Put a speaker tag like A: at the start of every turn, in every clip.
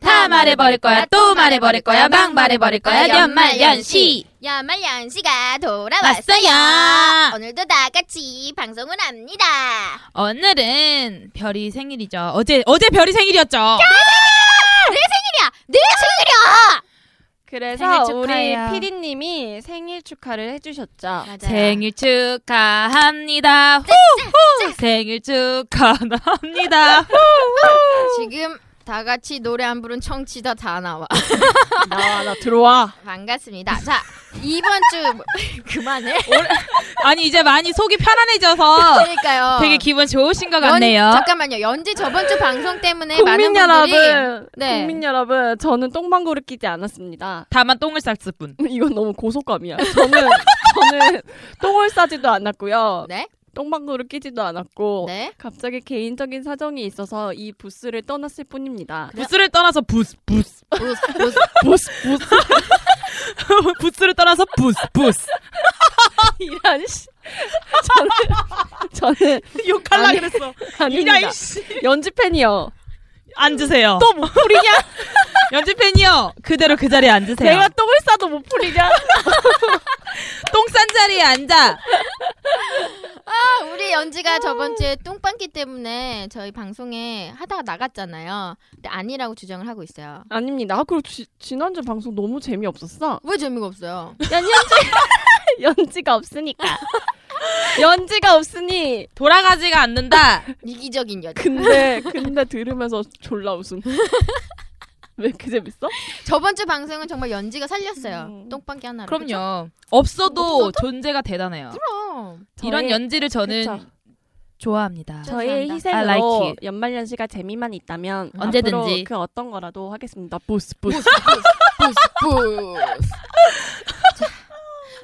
A: 다 말해버릴 거야 또 말해버릴 거야 막 말해버릴 거야 연말연시
B: 연말 연시가 돌아왔어요.
A: 왔어요
B: 오늘도 다 같이 방송을 합니다.
A: 오늘은 별이 생일이죠 어제 어제 별이 생일이었죠
B: 생일이야, 내 생일이야.
C: 그래서
A: 생일
C: 우리
A: 축하해요.
C: 피디님이 생일 축하를 해주셨죠.
A: 생일 축하합니다 후, 후. 생일 축하합니다 후.
D: 지금 다 같이 노래 안 부른 청취자 다 나와.
C: 아, 나, 나 들어와.
D: 반갑습니다. 자, 이번 주 뭐- 그만해.
A: 아니 이제 많이 속이 편안해져서
D: 그러니까요.
A: 되게 기분 좋으신 것
D: 연-
A: 같네요
D: 잠깐만요. 연지 저번 주 방송 때문에
C: 국민
D: 많은 분들이
C: 여러분,
D: 네.
C: 국민 여러분, 저는 똥망고를 끼지 않았습니다.
A: 다만 똥을 쌌을 뿐
C: 이건 너무 고속감이야. 저는 저는 똥을 싸지도 않았고요.
D: 네?
C: 똥망고를 끼지도 않았고
D: 네.
C: 갑자기 개인적인 사정이 있어서 이 부스를 떠났을 뿐입니다.
A: 부스를 떠나서 부스 부스
D: 부스, 부스.
A: 부스 부스 부스를 떠나서 부스 부스
C: 이란 씨. 저는 저는
A: 욕할라
C: 아니,
A: 그랬어
C: 아닙니다.
A: 씨
C: 연지 팬이요.
A: 앉으세요. 또 뭐, 못 풀이냐? 연지 팬이요. 그대로 그 자리에 앉으세요.
C: 내가 똥을 싸도 못 풀리냐?
A: 똥 싼 자리에 앉아.
D: 아, 우리 연지가 저번 주에 똥방기 때문에 저희 방송에 하다가 나갔잖아요. 근데 아니라고 주장을 하고 있어요.
C: 아닙니다. 아, 그리고 지, 지난주 방송 너무 재미없었어.
D: 왜 재미가 없어요?
C: 연지가 없으니까. 연지가 없으니.
A: 돌아가지가 않는다.
D: 이기적인 연.
C: 근데 근데 들으면서 졸라 웃음. 왜 이렇게 재밌어?
D: 저번 주 방송은 정말 연지가 살렸어요.
C: 음.
D: 똥방기 하나로. 그죠?
A: 그럼요. 없어도 존재가 대단해요.
D: 그럼.
A: 이런
C: 저의-
A: 연지를 저는
C: 그쵸.
A: 좋아합니다.
C: 저의
D: 감사합니다.
C: 희생으로
A: I like it.
C: 연말연시가 재미만 있다면
A: 언제든지.
C: 앞으로 그 어떤 거라도 하겠습니다. 부스 부스.
D: 부스. 자,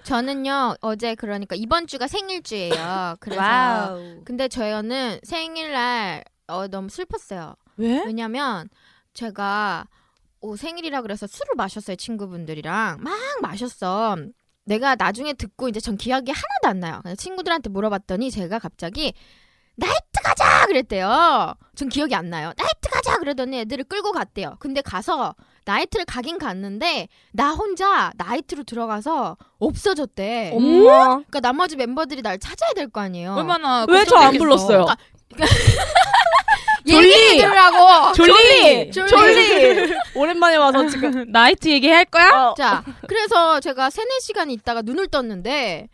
D: 저는요 어제 그러니까 이번 주가 생일주예요. 그래서 근데 저는 생일날 어, 너무 슬펐어요.
A: 왜?
D: 왜냐면 제가 오, 생일이라 그래서 술을 마셨어요 친구분들이랑 막 마셨어. 내가 나중에 듣고 이제 전 기억이 하나도 안 나요. 그냥 친구들한테 물어봤더니 제가 갑자기 나이트 가자 그랬대요. 전 기억이 안 나요. 나이트 가자 그러더니 애들을 끌고 갔대요. 근데 가서 나이트를 가긴 갔는데 나 혼자 나이트로 들어가서 없어졌대.
C: 엄마.
D: 그러니까 나머지 멤버들이 날 찾아야 될 거 아니에요.
A: 얼마나
C: 왜 저 안
A: 걱정되겠어.
C: 불렀어요?
D: 얘기 들으라고.
A: 졸리. 어,
D: 졸리.
C: 졸리. 오랜만에 와서 지금
A: 나이트 얘기할 거야?
C: 어,
D: 자, 그래서 제가 세네 시간 있다가 눈을 떴는데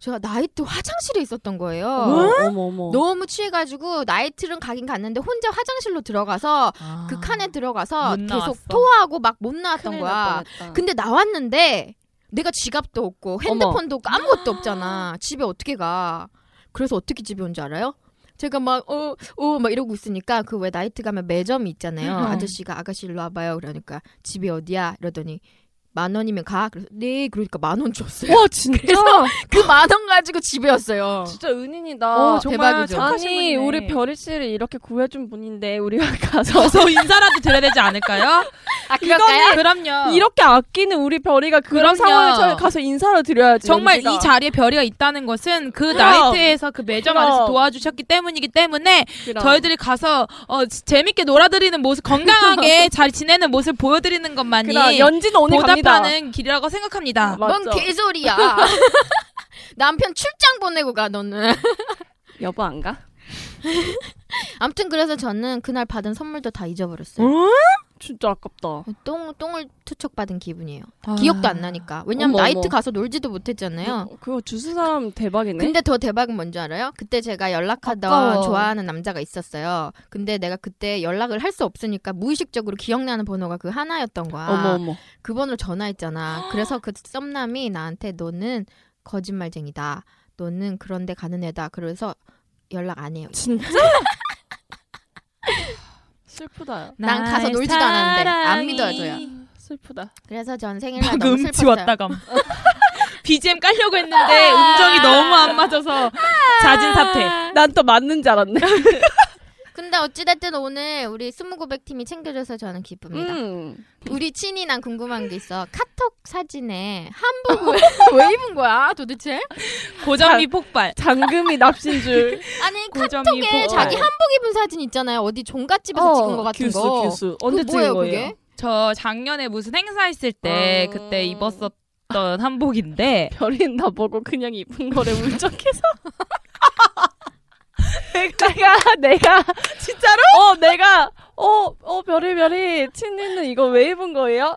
D: 제가 나이트 화장실에 있었던 거예요.
C: 어머 어머.
D: 너무 취해가지고 나이트는 가긴 갔는데 혼자 화장실로 들어가서 그 칸에 들어가서
A: 아, 못
D: 계속
A: 나왔어.
D: 토하고 막 못 나왔던
C: 아, 큰일
D: 거야.
C: 날 뻔했다.
D: 근데 나왔는데 내가 지갑도 없고 핸드폰도 없고 아무것도 없잖아. 집에 어떻게 가? 그래서 어떻게 집에 온 줄 알아요? 제가 막 어 어 막 이러고 있으니까 그 왜 나이트 가면 매점이 있잖아요.
A: 음.
D: 아저씨가 아가씨 일로 와봐요. 그러니까 집이 어디야? 이러더니 만 원이면 가. 그래서 네, 그러니까 만 원 줬어요.
C: 와 진짜
D: 그 만 원 가지고 집에 왔어요.
C: 진짜 은인이다.
D: 어, 정말 대박이죠.
C: 아니
D: 착하신
C: 우리 별이 씨를 이렇게 구해준 분인데 우리가 가서
A: 저서 인사라도 드려야 되지 않을까요?
D: 아,
A: 이거는 그럼요.
C: 이렇게 아끼는 우리 별이가 그런
A: 그럼요.
C: 상황에 처해 가서 인사를 드려야지.
A: 정말
C: 은지가.
A: 이 자리에 별이가 있다는 것은 그
C: 그럼.
A: 나이트에서 그 매점
C: 그럼.
A: 안에서 도와주셨기 때문이기 때문에
C: 그럼.
A: 저희들이 가서 어, 지- 재밌게 놀아드리는 모습 건강하게 잘 지내는 모습 보여드리는 것만이
C: 그럼 연지는 오늘 갑니다. 아,
A: 보답하는 길이라고 생각합니다.
C: 맞죠.
D: 뭔 개소리야. 남편 출장 보내고 가 너는.
C: 여보 안 가?
D: 아무튼 그래서 저는 그날 받은 선물도 다 잊어버렸어요.
C: 진짜 아깝다.
D: 어, 똥 똥을 투척 받은 기분이에요.
A: 아.
D: 기억도 안 나니까.
C: 아.
D: 왜냐면
C: 어머,
D: 나이트
C: 어머.
D: 가서 놀지도 못했잖아요.
C: 뭐, 그거 주스 사람 대박이네.
D: 근데 더 대박은 뭔지 알아요? 그때 제가 연락하던
C: 아까워.
D: 좋아하는 남자가 있었어요. 근데 내가 그때 연락을 할 수 없으니까 무의식적으로 기억나는 번호가 그 하나였던 거야.
C: 어머 어머.
D: 그 번호로 전화했잖아. 그래서 그 썸남이 나한테 너는 거짓말쟁이다. 너는 그런데 가는 애다. 그래서 연락 안 해요.
C: 진짜? 슬프다.
D: 난 가서 놀지도 않았는데 안 믿어줘요.
C: 슬프다.
D: 그래서 전 생일날
A: 방금
D: 너무
A: 음치
D: 슬펐어요.
A: 왔다감. BGM 깔려고 했는데 네,
D: 아.
A: 음정이 너무 안 맞아서 자진 사퇴.
C: 난 또 맞는 줄 알았네.
D: 근데 어찌됐든 오늘 우리 스무고백 팀이 챙겨줘서 저는 기쁩니다.
C: 음.
D: 우리 친이 난 궁금한 게 있어. 카톡 사진에 한복을 왜 입은 거야 도대체?
A: 고정비 폭발.
C: 잠금이 납신 줄.
A: 어.
D: 아니
A: 고점이
D: 카톡에
A: 폭발.
D: 자기 한복 입은 사진 있잖아요. 어디 종갓집에서 찍은 거 같은
C: 규수,
D: 거.
C: 규수.
D: 그거
C: 언제 찍은
D: 뭐예요,
C: 거예요?
D: 그게?
A: 저 작년에 무슨 행사 했을 때
C: 어.
A: 그때 입었었던 한복인데
C: 별이 나보고 그냥 입은 거래 울적해서. 내가 내가 진짜로? 어 내가 어어 별이 별이 친이는 이거 왜 입은 거예요?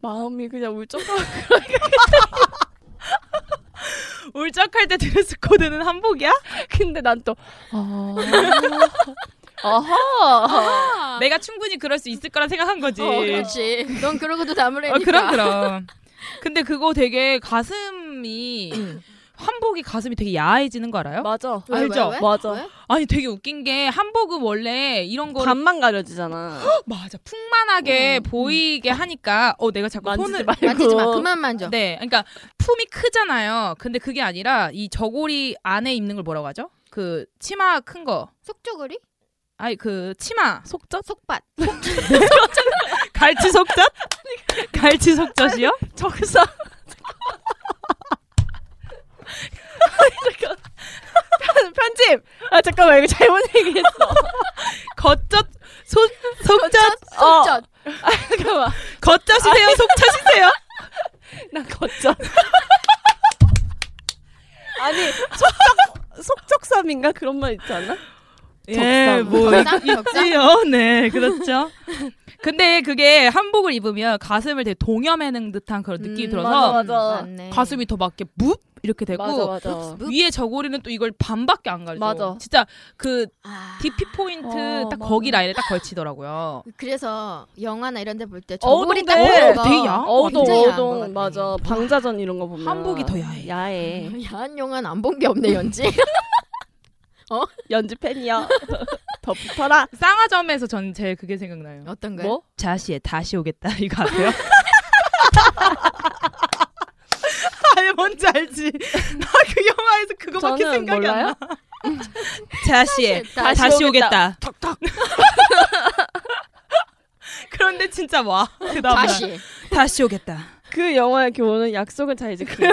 C: 마음이 그냥 울적하고
A: 울적할 때 드레스 코드는 한복이야?
C: 근데 난 또 아. 아하
A: 내가 충분히 그럴 수 있을 거라 생각한 거지.
D: 어, 그렇지. 넌 그러고도 담으래니까.
A: 어, 네. 그럼 그럼. 근데 그거 되게 가슴이 한복이 가슴이 되게 야해지는 거 알아요?
C: 맞아
D: 왜, 왜,
A: 알죠?
D: 왜?
C: 맞아.
D: 왜?
A: 아니 되게 웃긴 게 한복은 원래 이런 거
C: 반만 가려지잖아
A: 맞아 어, 풍만하게 보이게 하니까 어 내가 자꾸
C: 만지지
A: 손을
C: 말고
D: 만지지 마. 그만 만져.
A: 네, 그러니까 품이 크잖아요. 근데 그게 아니라 이 저고리 안에 입는 걸 뭐라고 하죠? 그 치마 큰 거.
D: 속조거리?
A: 아니 그 치마
C: 속젖
D: 속밭.
A: 갈치 속젖? 갈치 속젖이요?
C: 적사 편집 아 잠깐만 이거 잘못 얘기했어
A: 겉젖 소, 속젖
C: 속젖 잠깐만
A: 겉젖이세요? 속젖이세요?
C: 난 걷자. 아니 속적 속적삼인가 그런 말 있지 않나?
A: 예, 뭐
D: 적상, 적상.
A: 있지요. 네, 그렇죠. 근데 그게 한복을 입으면 가슴을 되게 동여매는 듯한 그런 느낌이
D: 음,
A: 들어서
C: 맞아.
D: 맞네.
A: 가슴이 더 막게 묵 이렇게 되고
C: 맞아.
D: 묵.
A: 위에 저고리는 또 이걸 반밖에 안 가죠.
C: 맞아.
A: 진짜 그
D: 아,
A: DP 포인트
C: 어,
A: 딱
C: 맞아.
A: 거기 라인에 딱 걸치더라고요.
D: 그래서 영화나 이런 데 볼 때
C: 어우,
D: 저고리 딱
C: 근데
D: 보는 거.
A: 되게 야-
C: 어동
D: 굉장히 야한 것
C: 어동
D: 같네.
C: 맞아. 방자전 이런 거 보면
A: 한복이 더 야해.
C: 야해.
D: 야한 영화는 안 본 게 없네 연지.
C: 연지 팬이야. 더 붙어라.
A: 쌍화점에서 전 제일 그게 생각나요. 네.
D: 어떤 거야?
C: 뭐?
A: 자시에 다시 오겠다 이거 아세요? 아니 뭔지 알지. 나 그 영화에서 그거밖에
C: 저는
A: 생각이 안
C: 몰라요.
A: 나. 자시에
D: 다시
A: 다시, 오겠다. 턱턱. 그런데 진짜 와. 그다음
D: 다시.
A: 다시 오겠다.
C: 그 영화의 교훈은 약속은 잘 지키는.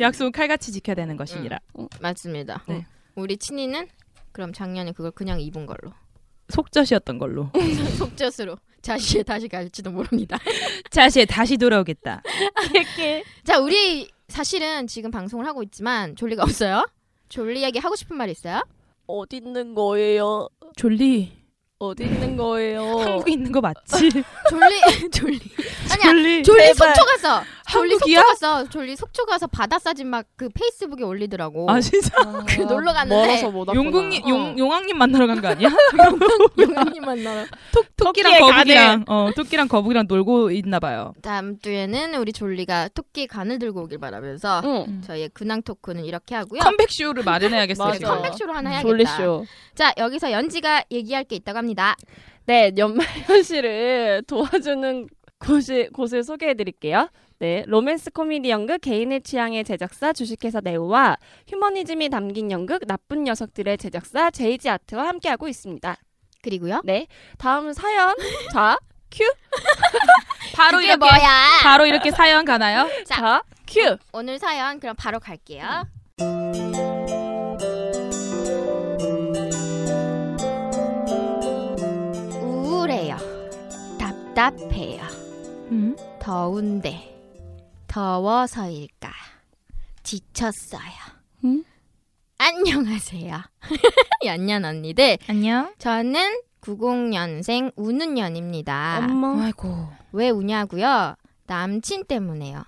A: 약속은 칼같이 지켜야 되는 것이니라.
D: 맞습니다. 어.
A: 네.
D: 우리 친이는 그럼 작년에 그걸 그냥 입은 걸로
A: 속젖이었던 걸로.
D: 속젖으로 자시에 다시 갈지도 모릅니다.
A: 자시에 다시 돌아오겠다.
D: 자, 우리 사실은 지금 방송을 하고 있지만 졸리가 없어요. 졸리에게 하고 싶은 말 있어요?
C: 어디 있는 거예요?
A: 졸리.
C: 어디 있는 거예요?
A: 한국에 있는 거 맞지?
D: 졸리 졸리 아니야.
A: 졸리.
D: 졸리
C: 제발.
D: 속초 가서 졸리
A: 한국이야?
D: 속초 가서 졸리 속초 가서 바다 사진 막 그 페이스북에 올리더라고.
A: 아 진짜?
D: 그 놀러 갔는데
C: 멀어서 못 왔구나.
A: 용궁님
D: 어.
A: 용 용왕님 만나러 간 거 아니야?
D: 영님 만나러.
A: 토끼랑 거북이랑 어 토끼랑 거북이랑 놀고 있나 봐요.
D: 다음 주에는 우리 졸리가 토끼 간을 들고 오길 바라면서
C: 응.
D: 저희의 근황 토크는 이렇게 하고요.
A: 컴백 쇼를 음, 마련해야겠어요.
C: 맞아.
D: 그치,
A: 지금.
D: 컴백쇼로 하나 해야겠다.
C: 졸리쇼.
D: 자, 여기서 연지가 얘기할 게 있다고 합니다.
C: 네, 연말 연시를 도와주는 곳이, 곳을 소개해 드릴게요. 네, 로맨스 코미디 연극 개인의 취향의 제작사 주식회사 네오와 휴머니즘이 담긴 연극 나쁜 녀석들의 제작사 제이지 아트와 함께하고 있습니다.
D: 그리고요.
C: 네, 다음 사연. 자,
A: 바로
D: 그게
A: 이렇게
D: 뭐야?
A: 바로 이렇게 사연 가나요?
D: 자.
C: 자, 큐.
D: 오늘 사연 그럼 바로 갈게요. 우울해요. 답답해요.
A: 음.
D: 더운데 더워서일까? 지쳤어요.
C: 응?
D: 안녕하세요. 연년 언니들.
A: 안녕.
D: 저는 90년생 우는 년입니다.
C: 엄마.
A: 아이고.
D: 왜 우냐고요? 남친 때문에요.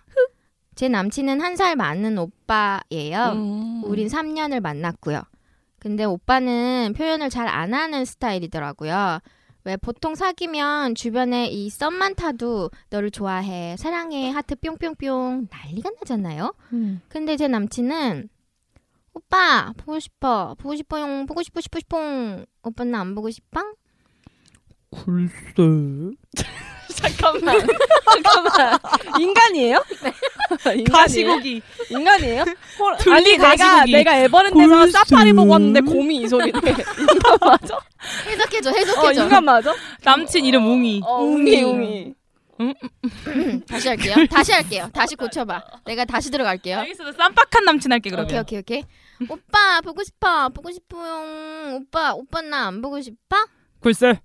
D: 제 남친은 한 살 많은 오빠예요.
C: 음.
D: 우린 3년을 만났고요. 근데 오빠는 표현을 잘 안 하는 스타일이더라고요. 왜 보통 사귀면 주변에 이 썸만 타도 너를 좋아해, 사랑해, 하트 뿅뿅뿅 난리가 나잖아요.
C: 음.
D: 근데 제 남친은 오빠 보고 싶어, 보고 싶어용, 보고 싶어 싶어 싶어. 오빠 나 안 보고 싶어?
A: 글쎄.
C: 잠깐만. 잠깐만. 인간이에요? 네.
A: 가시고기.
C: 인간이에요? 홀-
A: 둘리
C: 아니 내가
A: 가시고기.
C: 내가 에버랜드에서
A: 골수.
C: 사파리 보고 왔는데 곰이 이 소리네. 인간 맞아?
D: 해석해줘,
C: 어,
D: 해석해줘.
C: 인간 맞아?
A: 남친 이름 웅이.
C: 어, 웅이 웅이.
D: 음, 다시 할게요. 다시 할게요. 다시 고쳐봐. 내가 다시 들어갈게요.
A: 여기서도 쌈박한 남친 할게 그러면.
D: 오케이 오케이 오케이. 오빠 보고 싶어 보고 싶어요. 오빠 오빠 나 안 보고 싶어?
A: 글쎄.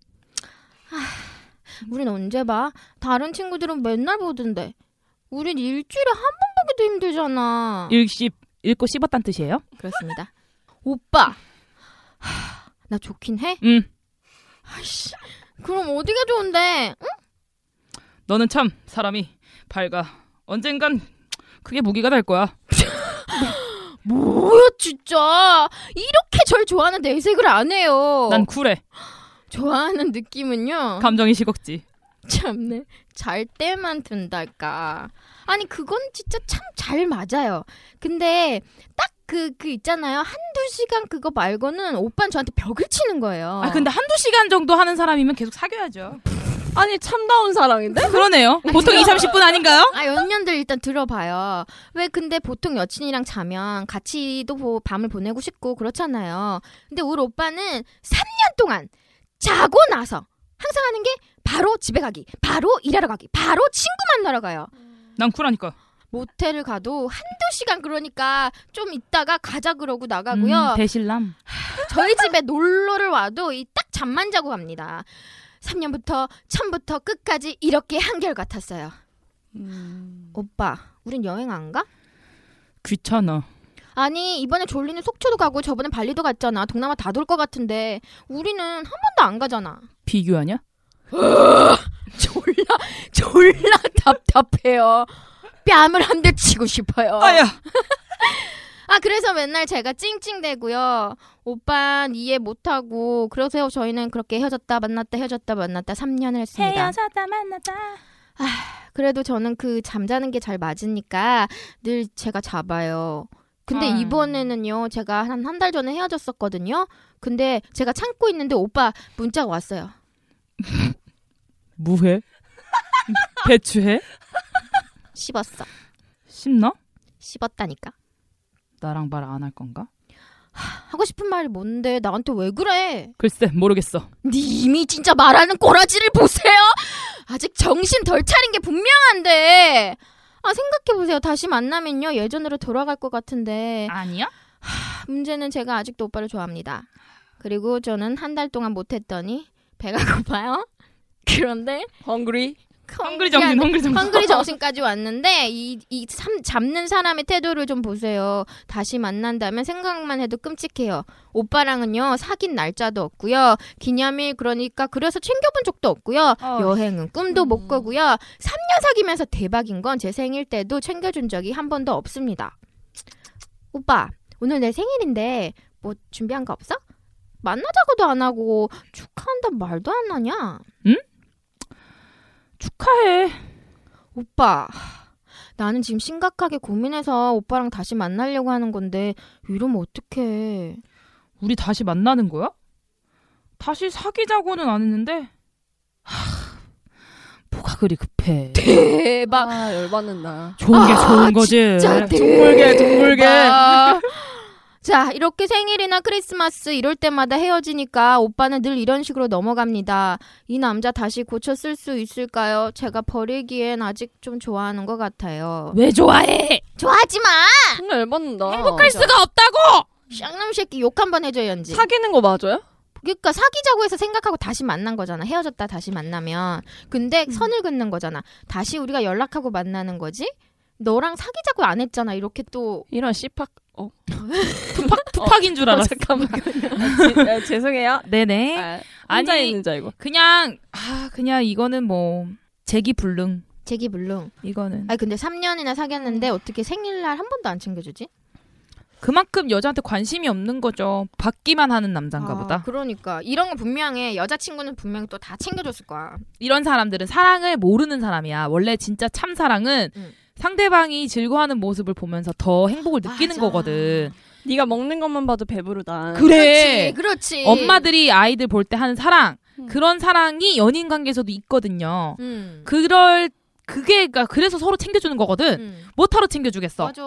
D: 우린 언제 봐? 다른 친구들은 맨날 보던데. 우린 일주일에 한 번 보기도 힘들잖아.
A: 읽씹 읽고 씹었단 뜻이에요?
D: 그렇습니다. 오빠 하, 나 좋긴 해.
A: 음.
D: 아이씨 그럼 어디가 좋은데? 응?
A: 너는 참 사람이 밝아. 언젠간 크게 무기가 될 거야.
D: 뭐야 진짜 이렇게 절 좋아하는 내색을 안 해요.
A: 난 쿨해.
D: 좋아하는 느낌은요.
A: 감정이 시겁지.
D: 참네. 잘 때만 든달까. 아니 그건 진짜 참 잘 맞아요. 근데 딱 그 그 있잖아요. 한두 시간 그거 말고는 오빠는 저한테 벽을 치는 거예요.
A: 아 근데 한두 시간 정도 하는 사람이면 계속 사귀어야죠.
C: 아니 참다운 사랑인데?
A: 그러네요. 보통 2, 30분 아닌가요?
D: 아, 연년들 일단 들어봐요. 왜 근데 보통 여친이랑 자면 같이도 보- 밤을 보내고 싶고 그렇잖아요. 근데 우리 오빠는 3년 동안 자고 나서 항상 하는 게 바로 집에 가기, 바로 일하러 가기, 바로 친구 만나러 가요.
A: 난 쿨하니까.
D: 모텔을 가도 한두 시간 그러니까 좀 있다가 가자 그러고 나가고요.
A: 음, 대실남.
D: 저희 집에 놀러를 와도 이 딱 잠만 자고 갑니다. 3년부터 처음부터 끝까지 이렇게 한결같았어요.
A: 음.
D: 오빠, 우린 여행 안 가?
A: 귀찮아.
D: 아니 이번에 졸리는 속초도 가고 저번에 발리도 갔잖아. 동남아 다 돌 것 같은데 우리는 한 번도 안 가잖아.
A: 비교하냐?
D: 졸라 졸라 답답해요. 뺨을 한 대 치고 싶어요.
A: 아야.
D: 아 그래서 맨날 제가 찡찡대고요. 오빠 이해 못하고 그래서 저희는 그렇게 헤어졌다 만났다 헤어졌다 만났다 3년을 했습니다.
A: 헤어졌다 만났다.
D: 그래도 저는 그 잠자는 게 잘 맞으니까 늘 제가 잡아요. 근데
A: 음.
D: 이번에는요, 제가 한 한 달 전에 헤어졌었거든요. 근데 제가 참고 있는데 오빠 문자가 왔어요.
A: 무해? 배추해?
D: 씹었어.
A: 씹나?
D: 씹었다니까.
A: 나랑 말 안 할 건가?
D: 하고 싶은 말이 뭔데 나한테 왜 그래?
A: 글쎄 모르겠어.
D: 님이 진짜 말하는 꼬라지를 보세요. 아직 정신 덜 차린 게 분명한데. 아 생각해 보세요. 다시 만나면요 예전으로 돌아갈 것 같은데.
A: 아니야?
D: 문제는 제가 아직도 오빠를 좋아합니다. 그리고 저는 한 달 동안 못했더니 배가 고파요. 그런데
C: 헝그리.
A: 헝그리 정신, 헝그리 정신.
D: 헝그리 정신까지 왔는데 이, 이 삼- 잡는 사람의 태도를 좀 보세요. 다시 만난다면 생각만 해도 끔찍해요. 오빠랑은요 사귄 날짜도 없고요. 기념일 그러니까 그래서 챙겨본 적도 없고요.
A: 어.
D: 여행은 꿈도
A: 음.
D: 못 꾸고요. 3년 사귀면서 대박인 건 제 생일 때도 챙겨준 적이 한 번도 없습니다. 오빠 오늘 내 생일인데 뭐 준비한 거 없어? 만나자고도 안 하고 축하한다 말도 안 하냐?
A: 축하해.
D: 오빠, 나는 지금 심각하게 고민해서 오빠랑 다시 만나려고 하는 건데 이러면 어떡해.
A: 우리 다시 만나는 거야? 다시 사귀자고는 안 했는데 하, 뭐가 그리 급해.
C: 대박. 아, 열받는다.
A: 좋은 게 좋은 거지.
D: 진짜
A: 둥글게 둥글게.
D: 아. 자, 이렇게 생일이나 크리스마스 이럴 때마다 헤어지니까 오빠는 늘 이런 식으로 넘어갑니다. 이 남자 다시 고쳐 쓸 수 있을까요? 제가 버리기엔 아직 좀 좋아하는 것 같아요.
A: 왜 좋아해?
D: 좋아하지 마!
C: 정말 열받는다.
A: 할 수가 없다고.
D: 쌍놈 새끼 욕 한 번 해줘야 연지.
C: 사귀는 거 맞아요?
D: 그러니까 사귀자고 해서 생각하고 다시 만난 거잖아. 헤어졌다 다시 만나면. 근데 선을 긋는 거잖아. 다시 우리가 연락하고 만나는 거지? 너랑 사귀자고 안 했잖아. 이렇게 또
C: 이런 씨팍. 어.
A: 팍인 줄
C: 아,
A: 알았어.
C: 잠깐만. 아, 지- 아, 죄송해요.
A: 네네.
C: 아, 혼자
A: 아니.
C: 있는 줄 알고.
A: 그냥 아 그냥 이거는 뭐 재기 불능
D: 제기 물론.
A: 이거는
D: 아니 근데 3년이나 사귀었는데 어떻게 생일날 한 번도 안 챙겨주지?
A: 그만큼 여자한테 관심이 없는 거죠. 받기만 하는 남잔가
D: 아,
A: 보다.
D: 그러니까 이런 건 분명해. 여자친구는 분명히 또 다 챙겨줬을 거야.
A: 이런 사람들은 사랑을 모르는 사람이야. 원래 진짜 참 사랑은
D: 음.
A: 상대방이 즐거워하는 모습을 보면서 더 행복을 느끼는
D: 맞아. 음.
A: 거거든.
C: 네가 먹는 것만 봐도 배부르다.
A: 그래.
D: 그렇지, 그렇지.
A: 엄마들이 아이들 볼 때 하는 사랑
C: 음.
A: 그런 사랑이 연인 관계에서도 있거든요.
D: 음.
A: 그럴 그게 그러니까 그래서 서로 챙겨주는 거거든.
D: 음.
A: 못하러 챙겨주겠어.
D: 맞아.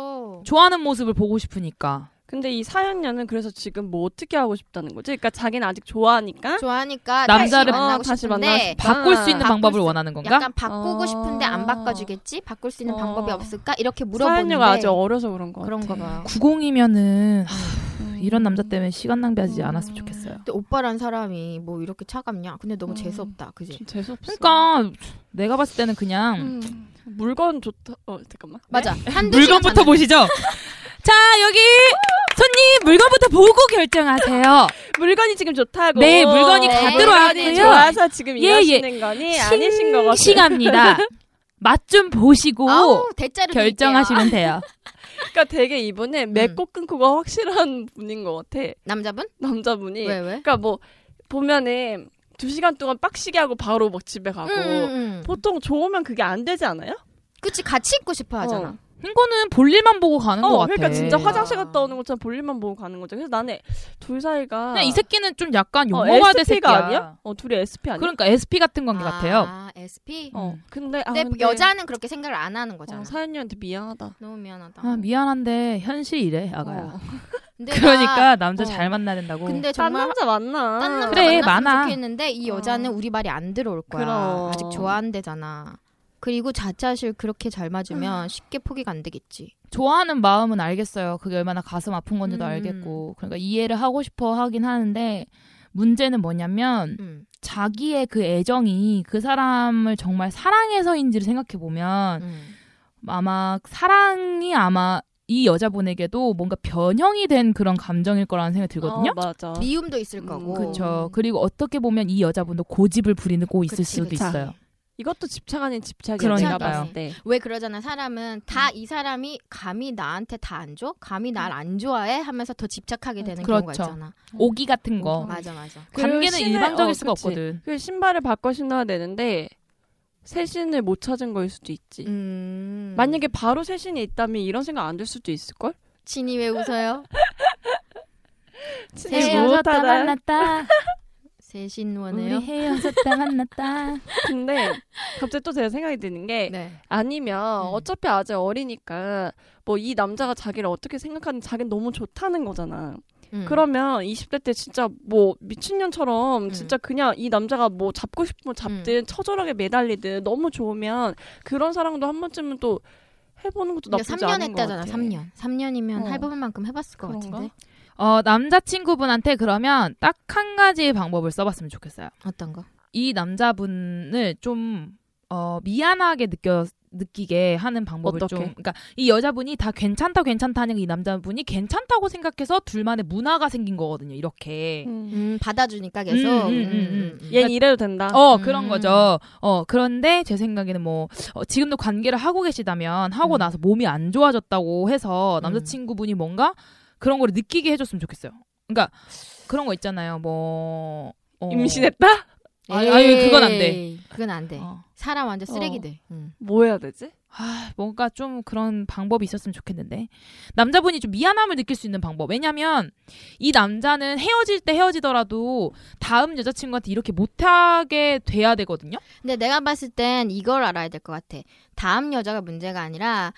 A: 좋아하는 모습을 보고 싶으니까.
C: 근데 이 사연녀는 그래서 지금 뭐 어떻게 하고 싶다는 거지? 그러니까 자기는 아직 좋아하니까
A: 남자를-
D: 좋아하니까 다시 만나고
C: 어, 다시
D: 싶은데
C: 만나고 싶-
A: 바꿀 수 있는
D: 아, 바꿀
A: 방법을
D: 수-
A: 원하는 건가?
D: 약간 바꾸고
C: 어.
D: 싶은데 안 바꿔주겠지? 바꿀 수 있는
C: 어.
D: 방법이 없을까? 이렇게 물어보는데
C: 사연녀가 아직 어려서 그런 거.
D: 그런가 봐.
A: 90이면은
C: 음.
A: 이런 남자 때문에 시간 낭비하지 않았으면
D: 음.
A: 좋겠어요.
D: 근데 오빠란 사람이 뭐 이렇게 차갑냐? 근데 너무
C: 음.
D: 재수 없다, 그지?
C: 좀 재수 없어.
A: 그러니까 내가 봤을 때는 그냥
C: 음, 물건 좋다. 어 잠깐만.
D: 맞아. 한두 시간
A: 물건부터 뭐 보시죠. 네. 자 여기 손님 물건부터 보고 결정하세요.
C: 물건이 지금 좋다고.
A: 네, 물건이
D: 다
A: 들어왔고요.
C: 좋아서 지금
A: 예,
C: 이러시는 거니 아니신 거 같아요.
A: 싱싱합니다. 맛 좀 보시고
D: 아우, 대자를 드릴게요.
A: 결정하시면 돼요.
C: 그러니까 되게 이분은 맺고 끊고가 확실한 분인 것 같아.
D: 남자분?
C: 남자분이.
D: 왜 왜?
C: 그러니까 뭐 보면은 두 시간 동안 빡시게 하고 바로 막 집에 가고.
D: 음, 음.
C: 보통 좋으면 그게 안 되지 않아요?
D: 그치 같이 있고 싶어 하잖아.
C: 어.
A: 이거는 볼 일만 보고 가는 것
C: 어,
A: 같아.
C: 그러니까 진짜
D: 네.
C: 화장실 갔다 오는 것처럼 볼일만 보고 가는 거죠. 그래서 나는 둘 사이가
A: 그냥 이 새끼는 좀 약간
C: 어,
A: 용어가 될
C: SP가
A: 새끼야.
C: 아니야? 어 둘이 SP 아니야?
A: 그러니까 SP 같은 관계 같아요.
D: 아, SP?
C: 어 근데 아
D: 근데,
C: 근데
D: 여자는 그렇게 생각을 안 하는 거잖아.
C: 어, 사연이한테 미안하다.
D: 너무 미안하다.
A: 아 미안한데 현실 이래 아가야.
C: 어.
D: 근데 나-
A: 그러니까 남자
D: 어.
A: 잘 만나야 된다고.
D: 근데
C: 딴
D: 정말
C: 남자 만나.
D: 딴 남자
A: 그래,
D: 만났으면
A: 많아.
D: 좋겠는데 이 여자는
C: 어.
D: 우리 말이 안 들어올 거야.
C: 그럼.
D: 아직 좋아한대잖아. 그리고 자차실 그렇게 잘 맞으면 쉽게 포기가 안 되겠지.
A: 좋아하는 마음은 알겠어요. 그게 얼마나 가슴 아픈 건지도
D: 음.
A: 알겠고. 그러니까 이해를 하고 싶어 하긴 하는데 문제는 뭐냐면
D: 음.
A: 자기의 그 애정이 그 사람을 정말 사랑해서인지를 생각해 보면
D: 음.
A: 아마 사랑이 아마 이 여자분에게도 뭔가 변형이 된 그런 감정일 거라는 생각이 들거든요.
C: 어, 맞아.
D: 미움도 있을
C: 음,
D: 거고.
A: 그렇죠. 그리고 어떻게 보면 이 여자분도 고집을 부리고 있을
D: 그치,
A: 수도
D: 그치.
A: 있어요.
C: 이것도 집착 아닌 집착이
A: 그러니까요.
C: 때.
D: 왜 그러잖아. 사람은 다
C: 음.
D: 이 사람이 감히 나한테 다 안 줘? 감히 날 안 좋아해? 하면서 더
C: 음,
D: 집착하게 되는 경우가
A: 그렇죠.
D: 있잖아.
A: 오기 같은
C: 어.
A: 거.
D: 맞아 맞아.
A: 관계는
C: 그리고 신을-
A: 일방적일
C: 어,
A: 수가
C: 그치.
A: 없거든.
C: 그 신발을 바꿔 신어야 되는데 새 신을 못 찾은 거일 수도 있지.
D: 음.
C: 만약에 바로 새 신이 있다면 이런 생각 안 들 수도 있을 걸?
D: 진이 왜 웃어요?
C: 네,
A: 헤어졌다 만났다.
D: 세신원해요.
A: 헤어졌다 만났다.
C: 근데 네. 갑자기 또 제가 생각이 드는 게
D: 네.
C: 아니면
D: 음.
C: 어차피 아직 어리니까 뭐 이 남자가 자기를 어떻게 생각하는 자기는 너무 좋다는 거잖아.
D: 음.
C: 그러면 20대 때 진짜 뭐 미친년처럼
D: 음.
C: 진짜 그냥 이 남자가 뭐 잡고 싶으면 잡든 처절하게 매달리든 너무 좋으면 그런 사랑도 한 번쯤은 또 해보는 것도
D: 그러니까
C: 나쁘지
D: 3년
C: 않은 것 같아.
D: 했다잖아. 3년. 3년이면
C: 어.
D: 해볼 만큼 해봤을 것
C: 그런가?
D: 같은데.
A: 어, 남자친구분한테 그러면 딱 한 가지 방법을 써봤으면 좋겠어요.
D: 어떤 거?
A: 이 남자분을 좀 어, 미안하게 느껴 느끼게 하는 방법을
C: 어떻게?
A: 좀 그러니까 이 여자분이 다 괜찮다 괜찮다 하니까 이 남자분이 괜찮다고 생각해서 둘만의 문화가 생긴 거거든요. 이렇게.
C: 음.
D: 음, 받아주니까 계속.
A: 음, 음,
D: 음,
A: 음,
D: 음, 음.
C: 얜 이래도 된다.
A: 어
D: 음.
A: 그런 거죠. 어 그런데 제 생각에는 뭐 어, 지금도 관계를 하고 계시다면 하고
D: 음.
A: 나서 몸이 안 좋아졌다고 해서
D: 음.
A: 남자친구분이 뭔가 그런 걸 느끼게 해줬으면 좋겠어요. 그러니까 그런 거 있잖아요. 뭐 어,
C: 임신했다?
A: 아니, 아니, 그건 안 돼.
D: 에이. 그건 안 돼.
A: 어.
D: 사람 완전
C: 어.
D: 쓰레기들. 음.
C: 뭐 해야 되지?
A: 아, 뭔가 좀 그런 방법이 있었으면 좋겠는데 남자분이 좀 미안함을 느낄 수 있는 방법 왜냐면 이 남자는 헤어질 때 헤어지더라도 다음 여자친구한테 이렇게 못하게 돼야 되거든요
D: 근데 내가 봤을 땐 이걸 알아야 될 것 같아. 다음 여자가 문제가 아니라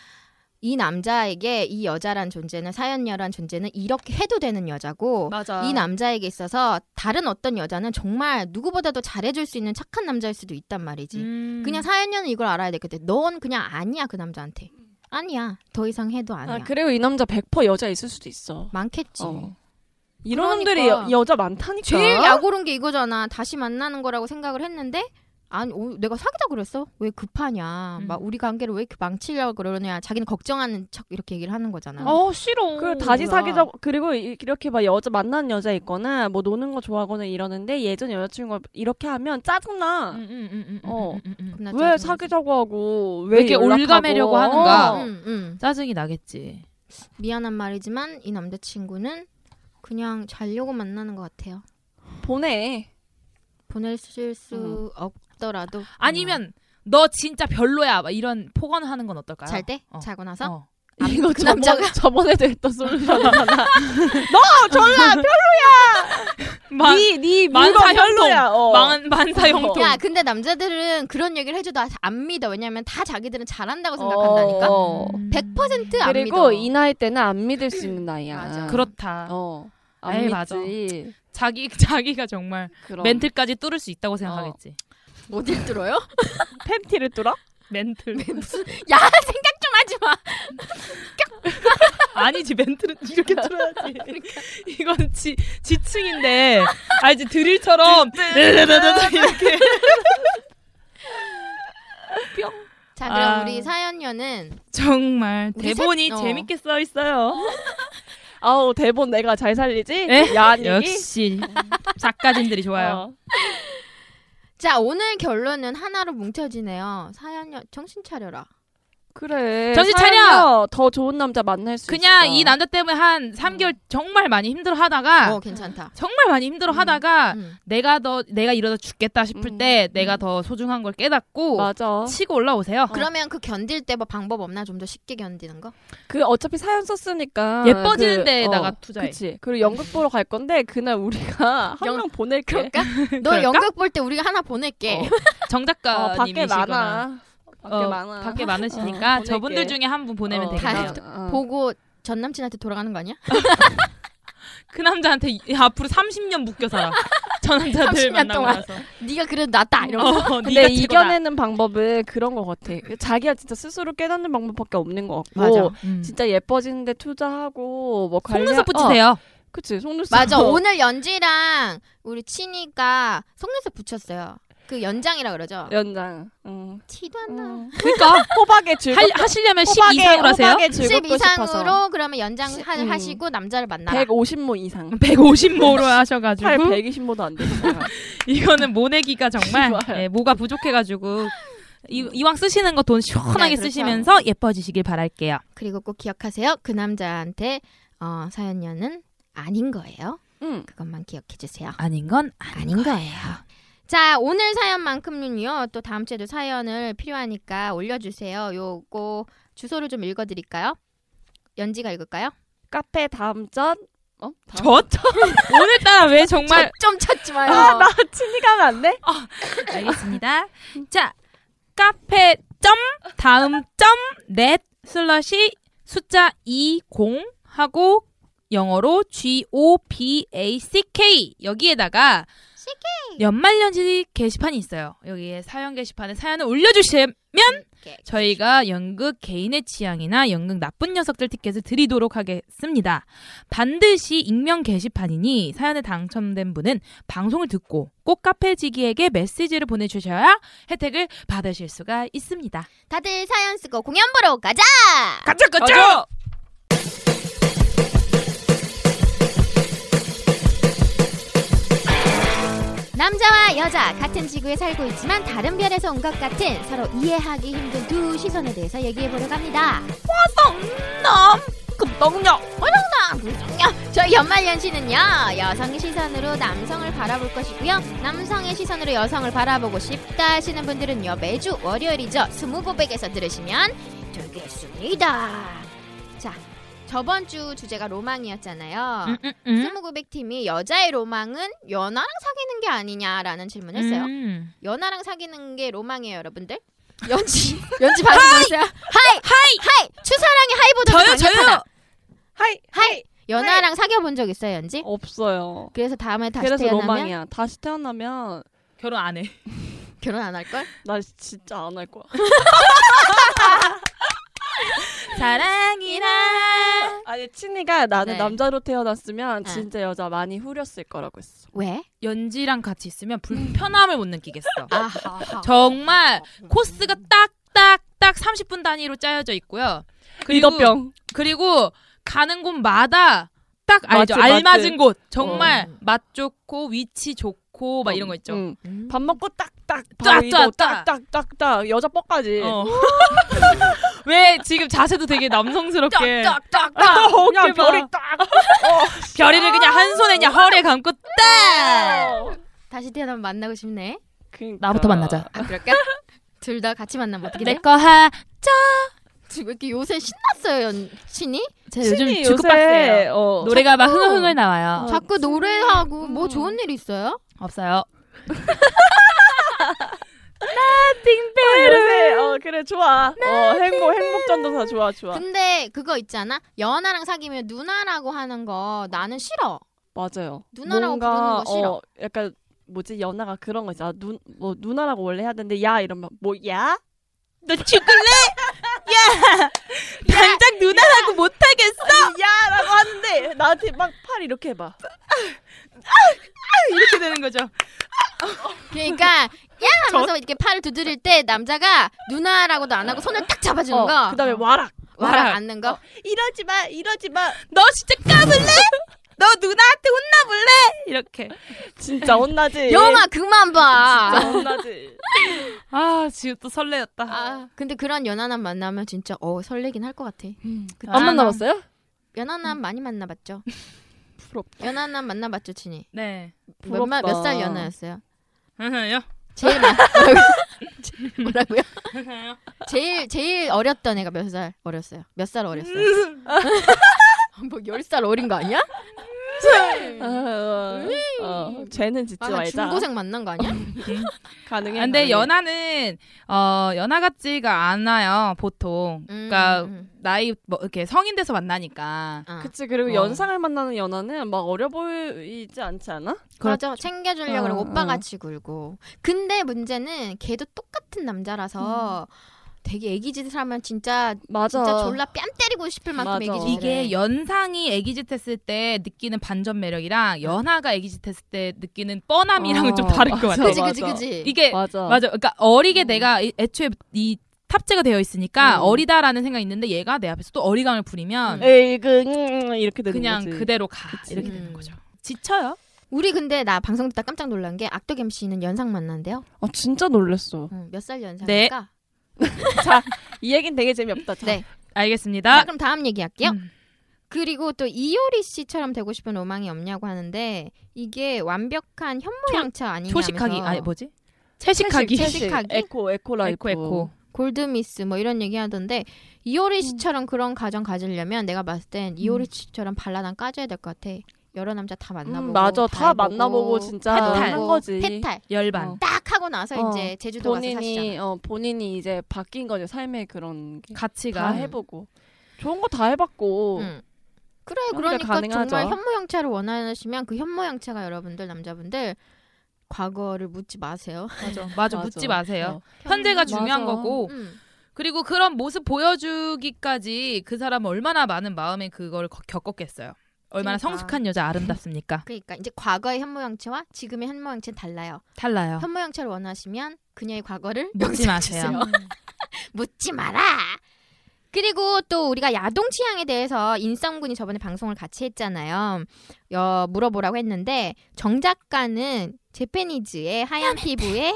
D: 이 남자에게 이 여자란 존재는 사연녀란 존재는 이렇게 해도 되는 여자고
A: 맞아
D: 이 남자에게 있어서 다른 어떤 여자는 정말 누구보다도 잘해줄 수 있는 착한 남자일 수도 있단 말이지.
C: 음.
A: 음.
D: 그냥 사연녀는 이걸 알아야 되겠대. 넌 그냥 아니야 그 남자한테. 아니야. 더 이상 해도 아니야.
C: 아, 그리고 이 남자 100% 여자 있을 수도 있어.
D: 많겠지.
C: 어. 이런
D: 그러니까.
C: 놈들이 여, 여자 많다니까.
D: 제일 약오른 게 이거잖아. 다시 만나는 거라고 생각을 했는데 아니 어, 내가 사귀자 그랬어? 왜 급하냐?
A: 음.
D: 막 우리 관계를 왜 이렇게 망치려고 그러냐? 자기는 걱정하는 척 이렇게 얘기를 하는 거잖아.
A: 어 싫어
C: 그리고 다시
D: 몰라.
C: 사귀자 그리고 이- 이렇게 막 여자 만나는 여자 있거나 뭐 노는 거 좋아하거나 이러는데 예전 여자친구가 이렇게 하면 짜증나.
A: 음, 음, 음, 음,
C: 어.
A: 음, 음, 음.
D: 겁나
C: 왜
D: 짜증나지.
C: 사귀자고 하고
A: 왜
C: 왜
A: 이렇게
C: 연락하고.
A: 올가매려고 하는가?
C: 어.
D: 음, 음.
A: 짜증이 나겠지
D: 미안한 말이지만 이 남자친구는 그냥 자려고 만나는 것 같아요.
C: 보내.
D: 보낼 수 없더라도
A: 음. 아니면 너 진짜 별로야 막 이런 폭언을 하는 건 어떨까요?
D: 음. 잘 때?
A: 어.
D: 자고 나서?
A: 어.
C: 이거
D: 그
C: 저번,
D: 남자가-
C: 저번에도 했던 솔루션이잖아. 너 졸라
A: 만,
C: 니니
A: 아, 만사
C: 물건
A: 형통.
C: 별로야. 어.
A: 만, 만사형통
D: 야그 근데 남자들은 그런 얘기를 해줘도 다 안 믿어. 왜냐면 다 자기들은 잘한다고
C: 어,
D: 생각한다니까.
C: 어.
A: 음.
D: 100%안 믿어.
C: 그리고 이 나이 때는 안 믿을 수 있는 나이야.
D: 맞아.
A: 그렇다
C: 어. 안
A: 에이,
C: 믿지.
A: 맞아. 자기, 자기가 정말
C: 그럼.
A: 멘틀까지 뚫을 수 있다고 생각하겠지
D: 어딜 들어요?
C: 팬티를 뚫어?
A: 멘틀
D: 야 생각 좀 하지 마.
A: 아니지 멘틀은 이렇게 뚫어야지 이건 지, 지층인데 알지 드릴처럼 르르르르 이렇게
D: 자 그럼
A: 아.
D: 우리 사연녀는
A: 정말
D: 우리 셋-
A: 대본이
D: 어.
A: 재밌게 써 있어요
C: 아우 대본 내가 잘 살리지?
A: 에?
C: 야니
A: 네? 역시 작가진들이 좋아요
D: 자 오늘 결론은 하나로 뭉쳐지네요. 사연녀 정신 차려라.
C: 그래.
A: 정신 차려!
C: 사연녀, 더 좋은 남자 만날 수
A: 그냥
C: 있어.
A: 이 남자 때문에 한 3개월 정말 많이 힘들어 하다가
C: 아.
D: 어 괜찮다.
A: 정말 많이 힘들어 하다가
D: 음.
A: 내가 더 내가 이러다 죽겠다 싶을
C: 음,
A: 때
C: 음.
A: 내가 더 소중한 걸 깨닫고
C: 맞아.
A: 치고 올라오세요.
C: 어.
D: 그러면 그 견딜 때 뭐 방법 없나 좀 더 쉽게 견디는 거?
C: 그 어차피 사연 썼으니까
A: 예뻐지는
C: 그-
A: 데에다가
C: 어,
A: 투자해.
C: 그치. 그리고 연극 보러 갈 건데 그날 우리가 한
D: 영-
C: 명 보낼게.
D: 그럴까? 너
A: 그럴까?
D: 연극 볼 때 우리가 하나 보낼게.
C: 어, 밖에
A: 그러니까 정작가님이시거나 어,
C: 많아. 밖에 많아. 어,
A: 밖에 많으시니까
C: 보낼게.
A: 저분들 중에 한 분 보내면
C: 어,
A: 되겠네요.
C: 다- 어.
D: 보고 전 남친한테 돌아가는 거 아니야?
A: 그 남자한테 이- 앞으로 30년 묶여 살아. 저 남자들
D: 30년
A: 만나고
D: 동안.
A: 나서.
D: 네가 그래도 낫다 이런 거.
A: 어,
C: 아, 근데
A: 네가 최고다.
C: 이겨내는 방법은 그런 것 같아. 자기가 진짜 스스로 깨닫는 방법밖에 없는 것 같고.
A: 음. 어.
C: 진짜 예뻐지는데 투자하고 뭐 관리.
A: 속눈썹 붙이세요.
C: 그치 속눈썹.
D: 맞아. 오늘 연지랑 우리 친이가 속눈썹 붙였어요. 그 연장이라 그러죠.
C: 네. 연장. 응.
D: 티도 안 나.
C: 음.
A: 그러니까
C: 호박의 즐.
A: 할- 하시려면 10 이상으로 하세요.
C: 호박의 즐겁고
D: 10 이상으로
C: 싶어서.
D: 그러면 연장을 하-
C: 음.
D: 하시고 남자를 만나라.
C: 150모 이상.
A: 150모로
C: 팔
A: 하셔가지고
C: 120모도 안 돼.
A: 이거는 모내기가 정말
C: 좋아요.
A: 예, 뭐가 부족해가지고 이, 이왕 쓰시는 거 돈 시원하게
D: 네, 그렇죠.
A: 쓰시면서 예뻐지시길 바랄게요.
D: 그리고 꼭 기억하세요. 그 남자한테 어, 사연녀는 아닌 거예요.
C: 응.
D: 그것만 기억해 주세요.
A: 아닌 건
D: 아닌 거예요. 자, 오늘 사연만큼은요. 또 다음 주에도 사연을 필요하니까 올려주세요. 요거 주소를 좀 읽어드릴까요? 연지가 읽을까요?
C: 카페 다음 전. 어? 다음
A: 저, 저 오늘따라 왜 정말 아!
D: 저, 좀 찾지 마요.
C: 친이 가면 안 돼?
A: 알겠습니다. 자 카페 점 다음 점넷 슬러시 숫자 20 하고 영어로 G O B A C K 여기에다가 연말연시 게시판이 있어요. 여기에 사연 게시판에 사연을 올려주시면
D: 오케이.
A: 저희가 연극 개인의 취향이나 연극 나쁜 녀석들 티켓을 드리도록 하겠습니다. 반드시 익명 게시판이니 사연에 당첨된 분은 방송을 듣고 꼭 카페지기에게 메시지를 보내주셔야 혜택을 받으실 수가 있습니다.
D: 다들 사연 쓰고 공연 보러 가자!
A: 가자 가자!
C: 가자!
D: 남자와 여자 같은 지구에 살고 있지만 다른 별에서 온 것 같은 서로 이해하기 힘든 두 시선에 대해서 얘기해 보려고 합니다.
A: 화성남
C: 끄떡녀
D: 저 연말 연시는요 여성의 시선으로 남성을 바라볼 것이고요 남성의 시선으로 여성을 바라보고 싶다 하시는 분들은요 매주 월요일이죠 스무고백에서 들으시면 되겠습니다 자 저번 주 주제가 로망이었잖아요
A: 음, 음, 음.
D: 스무고백 팀이 여자의 로망은 연하랑 사귀는 게 아니냐라는 질문을 했어요
A: 음.
D: 연하랑 사귀는 게 로망이에요 여러분들 연지 연지 반응 보세요 하이 하이 하이 추사랑의
A: 저요,
D: 하이보다
A: 저요!
C: 하이
D: 하이 연하랑 사귀어 본 적 있어요 연지?
C: 없어요.
D: 그래서 다음에 다시
C: 그래서
D: 태어나면
C: 로망이야. 다시 태어나면
A: 결혼 안 해.
D: 결혼 안 할 걸?
C: 나 진짜 안 할 거야.
A: 사랑이라.
C: 아니 친이가 나는
D: 네.
C: 남자로 태어났으면
A: 네.
D: 아.
C: 진짜 여자 많이 후렸을 거라고 했어.
D: 왜?
A: 연지랑 같이 있으면 불편함을 못 느끼겠어.
D: 아하.
A: 정말 코스가 딱딱딱 30분 단위로 짜여져 있고요. 그리고
C: 리더병.
A: 그리고 가는 곳마다 딱 알죠.
C: 맞지,
A: 알맞은
C: 맞지.
A: 곳. 정말 맛 좋고 위치 좋고 막 이런 거 있죠.
C: 응.
D: 음.
C: 밥 먹고 딱딱
A: 딱,
C: 바위도
A: 딱, 딱.
C: 딱딱딱딱 여자 뻑까지.
A: 어. 왜 지금 자세도 되게 남성스럽게
C: 딱 그냥
A: 어깨 봐.
C: 별이 딱.
A: 별이를 그냥 한 손에 그냥 허리에 감고 딱
D: 다시 태어나면 만나고 싶네.
C: 그러니까.
D: 아 그럴까? 둘 다 같이 만나면
C: 네.
D: 어떻게 돼요?
A: 내꺼 하.
D: 지금 왜 이렇게 요새 신났어요 연친이?
A: 제가
C: 친이
A: 요즘 주급박스예요.
C: 요새 어,
A: 노래가 막 흥얼흥얼 나와요.
D: 자꾸 노래하고 뭐 좋은 일 있어요?
A: 없어요.
C: 요새 어 그래 좋아. 어 행복 행복 전도사 좋아 좋아.
D: 근데 그거 있잖아 연하랑 사귀면 누나라고 하는 거 나는 싫어.
C: 맞아요.
D: 누나라고 부르는 거 싫어.
C: 어, 약간 뭐지 연하가 그런 거 있잖아. 눈뭐 누나라고 원래 해야 되는데 야 이러면 뭐 야?
A: 너 죽을래? 야! 당장 누나라고 못하겠어.
C: 아니, 야라고 하는데 나한테 막 팔 이렇게 해봐.
A: 이렇게 되는 거죠.
D: 그러니까 야 하면서 이렇게 팔을 두드릴 때 남자가 누나라고도 안 하고 손을 딱 잡아주는
C: 어,
D: 거.
C: 그다음에 아, 어, 와락.
D: 와락 앉는 거.
C: 이러지 마 이러지 마.
A: 너 진짜 까불래? 너 누나한테 혼나볼래? 이렇게.
C: 진짜 혼나지.
D: 영화 그만 봐.
C: 진짜 혼나지.
A: 아 지금 또 설레였다.
D: 아, 근데 그런 연하남 만나면 진짜 어 설레긴 할 것 같아. 그치?
A: 안
C: 네.
A: 만나봤어?
D: 연하남 많이 만나봤죠.
C: 부럽다.
D: 연하남 만나봤죠, 진이.
A: 네.
C: 부럽다.
D: 몇살 연하였어요?
A: 요
D: 제일 많. 뭐라고요? 제일 제일 어렸던 애가 몇 살 어렸어요? 몇 살 어렸어요? 뭐열살 어린 거 아니야?
C: 어, 어, 쟤는
D: 아,
C: 짓지
D: 한
C: 말자.
D: 중고생 만난 거 아니야? 음,
C: 가능해.
A: 음. 아, 근데
C: 가능해.
A: 연하는 어 연하 같지가 않아요 보통. 그러니까
D: 음, 음.
A: 나이 뭐 이렇게 성인 돼서 만나니까.
D: 아,
C: 그치 그리고
A: 어.
C: 연상을 만나는 연하는 막 어려 보이지 않지 않아?
D: 맞아 챙겨주려고 그러고
C: 어,
D: 오빠
C: 어.
D: 같이 굴고 근데 문제는 걔도 똑같은 남자라서 되게 애기짓을 하면 진짜
C: 맞아.
D: 진짜 졸라 뺨 때리고 싶을 만큼
C: 맞아.
D: 애기짓을 해.
A: 이게 연상이 애기짓 했을 때 느끼는 반전
D: 아.
A: 매력이랑 연하가 애기짓 했을 때 느끼는 뻔함이랑은
C: 어,
A: 좀 다른 것
C: 맞아.
A: 같아요.
D: 그지 그지 그지
A: 이게
C: 맞아.
A: 맞아. 그러니까
D: 음.
A: 어리게 내가 이- 애초에 이 탑재가 되어 있으니까
C: 음.
A: 어리다라는 생각이 있는데 얘가 내 앞에서 또 어리광을 부리면
C: 에이 그 음, 이렇게 되는
A: 그냥
C: 거지.
A: 그대로 가
C: 그치.
A: 이렇게
D: 음.
A: 되는 거죠. 지쳐요.
D: 우리 근데 나 방송 듣다 깜짝 놀란 게 악덕 MC는 연상 만난대요.
A: 어,
C: 아 진짜 놀랬어.
D: 몇 살 연상일까?
C: 이 얘긴 되게 재미없다. 자.
D: 네. 자,
C: 아.
A: 알겠습니다.
D: 그럼 다음 얘기할게요.
A: 음.
D: 그리고 또 이효리 씨처럼 되고 싶은 로망이 없냐고 하는데 이게 완벽한 현모양차 아니냐면서
A: 초식하기 아니 뭐지? 채식하기.
D: 채식, 채식. 채식하기?
C: 에코 에코 라이프.
A: 에코 에코.
D: 골드미스 뭐 이런 얘기하던데
C: 음.
D: 이효리 씨처럼 그런 가정 가지려면 내가 봤을 땐 이효리 씨처럼 발라당 까져야 될 것 같아. 여러 남자 다 만나보고
C: 음, 맞아. 다
D: 다
C: 만나보고 진짜
A: 한
C: 거지.
D: 해탈
A: 열반.
C: 어.
D: 딱 하고 나서
C: 어,
D: 이제 제주도 가서 사시잖아.
C: 본인이 어 본인이 이제 바뀐 거죠 삶의 그런 게. 다
A: 가치가.
C: 해보고 좋은 거 다 해봤고
D: 응. 음. 그래
C: 음. 그런 게
D: 그러니까
C: 가능하죠.
D: 정말 현모양차를 원하시면 그 현모양차가 여러분들 남자분들 과거를 묻지 마세요.
A: 맞아. 맞아. 묻지 마세요.
C: 어.
A: 현재가
C: 현-
A: 중요한
C: 맞아.
A: 거고
D: 음.
A: 그리고 그런 모습 보여주기까지 그 사람 얼마나 많은 마음에 그걸 거- 겪었겠어요. 얼마나
D: 그러니까.
A: 성숙한 여자 아름답습니까?
D: 그러니까 이제 과거의 현모양체와 지금의 현모양체는 달라요.
A: 달라요.
C: 어.
D: 현모양체를 원하시면 그녀의 과거를
A: 묻지 마세요.
D: 묻지 마라. 그리고 또 우리가 야동 취향에 대해서 인성군이 저번에 방송을 같이 했잖아요. 여, 물어보라고 했는데 정 작가는 제페니즈의 하얀 피부에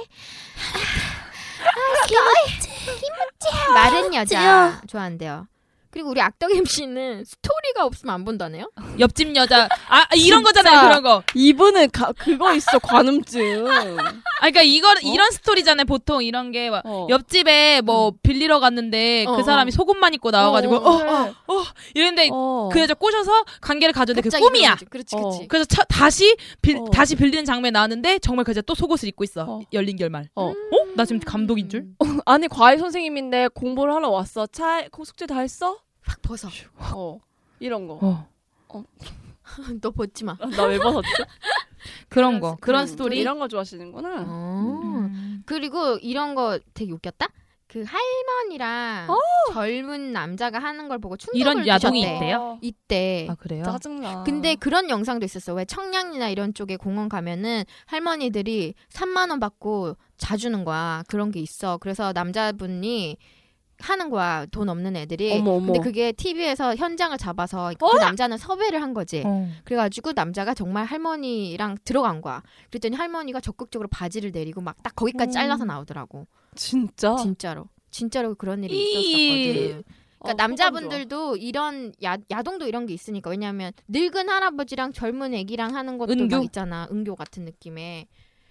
D: 아, 아, 너의 마른 여자 좋아한대요. 그리고 우리 악덕 MC는 스토리가 없으면 안 본다네요.
A: 옆집 여자 아 이런 거잖아요
C: 진짜.
A: 그런 거.
C: 이분은 가- 그거 있어 관음증.
A: 아 그러니까 이거 이런 스토리잖아요 보통 이런 게 막
C: 어.
A: 옆집에 뭐 빌리러 갔는데
D: 어,
A: 그 사람이 속옷만 입고 나와가지고 어, 어, 이랬는데
C: 어.
A: 그 여자 꼬셔서 관계를 가졌는데 그
D: 갑자기
A: 꿈이야.
D: 그런 거지. 그렇지,
C: 어.
D: 그렇지.
A: 그래서 차- 다시 빌,
C: 어.
A: 다시 빌리는 장면이 나왔는데 정말 그 여자 또 속옷을 입고 있어
C: 어.
A: 열린 결말.
C: 어.
A: 어? 나 지금 감독인 줄?
C: 아니 과외 선생님인데 공부를 하러 왔어. 차그 숙제 다 했어?
D: 확 벗어.
C: 어. 이런 거.
A: 어.
D: 너 벗지 마.
C: 아, 나 왜 벗었지?
A: 그런 거 그런
D: 음,
A: 스토리.
C: 이런 거 좋아하시는구나.
A: 음.
D: 어. 그리고 이런 거 되게 웃겼다. 그 할머니랑
C: 어!
D: 젊은 남자가 하는 걸 보고 충격을 네.
A: 이런 야동이
D: 주셨대.
A: 있대요?
D: 이때.
A: 아 그래요?
C: 짜증나.
D: 근데 그런 영상도 있었어. 왜 청량리나 이런 쪽에 공원 가면은 할머니들이 3만 원 받고 자주는 거야. 그런 게 있어. 그래서 남자분이 하는 거야. 돈 없는 애들이.
C: 어머, 어? 어머.
D: 근데 그게 TV에서 현장을 잡아서 그 남자는 섭외를 한 거지.
A: 어.
D: 그래가지고 남자가 정말 할머니랑 들어간 거야. 그랬더니 할머니가 적극적으로 바지를 내리고 막 딱 거기까지 잘라서 나오더라고.
C: 진짜.
D: 진짜로. 진짜로 그런 일이
A: 이-
D: 있었었거든. 그러니까
C: 어,
D: 남자분들도 이런 야, 야동도 이런 게 있으니까 왜냐하면 늙은 할아버지랑 젊은 애기랑 하는 것도
A: 은교?
D: 막 있잖아 은교 같은 느낌에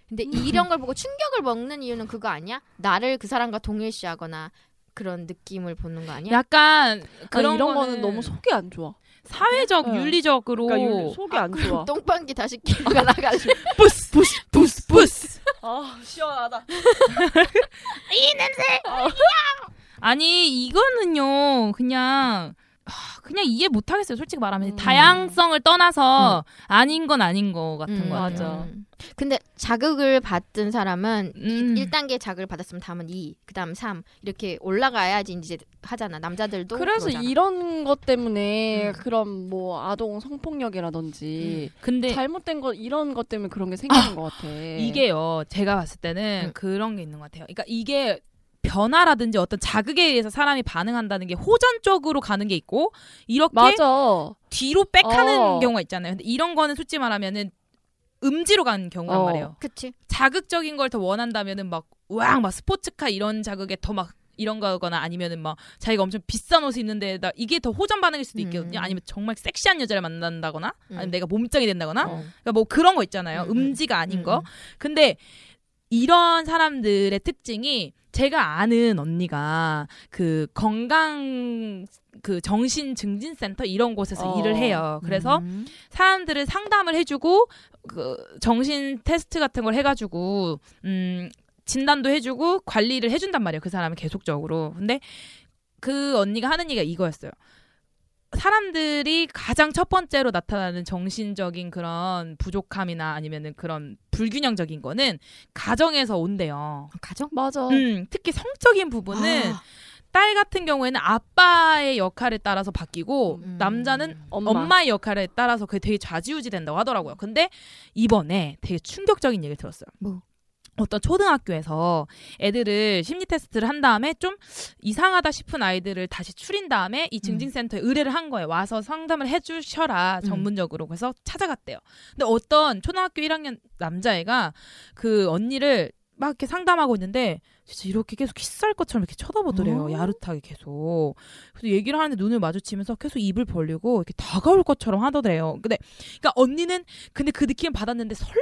D: 근데 이런 걸 보고 충격을 먹는 이유는 그거 아니야? 나를 그 사람과 동일시하거나 그런 느낌을 보는 거 아니야?
A: 약간
C: 그런
A: 그런
C: 어. 이런
A: 거는
C: 거는 너무 속이 안 좋아.
A: 사회적
C: 네.
A: 윤리적으로
C: 그러니까 윤리- 속이 안 좋아.
D: 똥방귀 다시 끼고 나가지고
A: 부스 부스 부스 부스.
C: 아 시원하다.
A: 아니 이거는요 그냥 하, 그냥 이해 못 하겠어요. 솔직히 말하면
D: 음.
A: 다양성을 떠나서 아닌 건 아닌 거 같은
D: 음,
A: 거 같아요.
D: 음. 근데 자극을 받은 사람은
A: 음.
D: 1단계 자극을 받았으면 다음은 2, 그다음 3 이렇게 올라가야지 이제 하잖아. 남자들도
C: 그래서
D: 그러잖아.
C: 이런 것 때문에
D: 음.
C: 그런 뭐 아동 성폭력이라든지 네.
A: 근데
C: 잘못된 것 이런 것 때문에 그런 게 생기는 것 같아.
A: 이게요 제가 봤을 때는
D: 네. 음.
A: 그런 게 있는 것 같아요. 그러니까 이게 변화라든지 어떤 자극에 의해서 사람이 반응한다는 게 호전 쪽으로 가는 게 있고 이렇게
C: 맞아.
A: 뒤로 백하는
C: 어.
A: 경우가 있잖아요. 근데 이런 거는 솔직히 말하면은 음지로 가는 경우란
C: 어.
A: 말이에요.
D: 그치?
A: 자극적인 걸 더 원한다면은 막왕막 스포츠카 이런 자극에 더 막 이런 거거나 아니면은 막 자기가 엄청 비싼 옷을 입는데 나 이게 더 호전 반응일 수도 있거든요.
D: 음.
A: 아니면 정말 섹시한 여자를 만난다거나 아니면
D: 음.
A: 내가 몸짱이 된다거나
D: 어.
A: 그러니까 뭐 그런 거 있잖아요.
D: 음, 음.
A: 음지가 아닌
D: 음,
A: 거. 근데 이런 사람들의 특징이 제가 아는 언니가 그 건강 그 정신 증진 센터 이런 곳에서
C: 어.
A: 일을 해요. 그래서
D: 음.
A: 사람들을 상담을 해주고 그 정신 테스트 같은 걸 해가지고 음 진단도 해주고 관리를 해준단 말이에요 그 사람을 계속적으로 근데 그 언니가 하는 얘기가 이거였어요 사람들이 가장 첫 번째로 나타나는 정신적인 그런 부족함이나 아니면은 그런 불균형적인 거는 가정에서 온대요
D: 가정
C: 맞아.
A: 음, 특히 성적인 부분은 딸 같은 경우에는 아빠의 역할에 따라서 바뀌고
D: 음.
A: 남자는
C: 엄마.
A: 엄마. 의 역할에 따라서 그게 되게 좌지우지 된다고 하더라고요. 근데 이번에 되게 충격적인 얘기를 들었어요.
D: 뭐?
A: 어떤 초등학교에서 애들을 심리 테스트를 한 다음에 좀 이상하다 싶은 아이들을 다시 추린 다음에 이 증진센터에 의뢰를 한 거예요. 와서 상담을 해주셔라
D: 음.
A: 전문적으로 그래서 찾아갔대요. 근데 어떤 초등학교 1학년 남자애가 그 언니를 막 이렇게 상담하고 있는데 진짜 이렇게 계속 키스할 것처럼 이렇게 쳐다보더래요.
D: 어?
A: 야릇하게 계속. 그래서 얘기를 하는데 눈을 마주치면서 계속 입을 벌리고 이렇게 다가올 것처럼 하더래요. 근데 그러니까 언니는 근데 그 느낌 받았는데 설마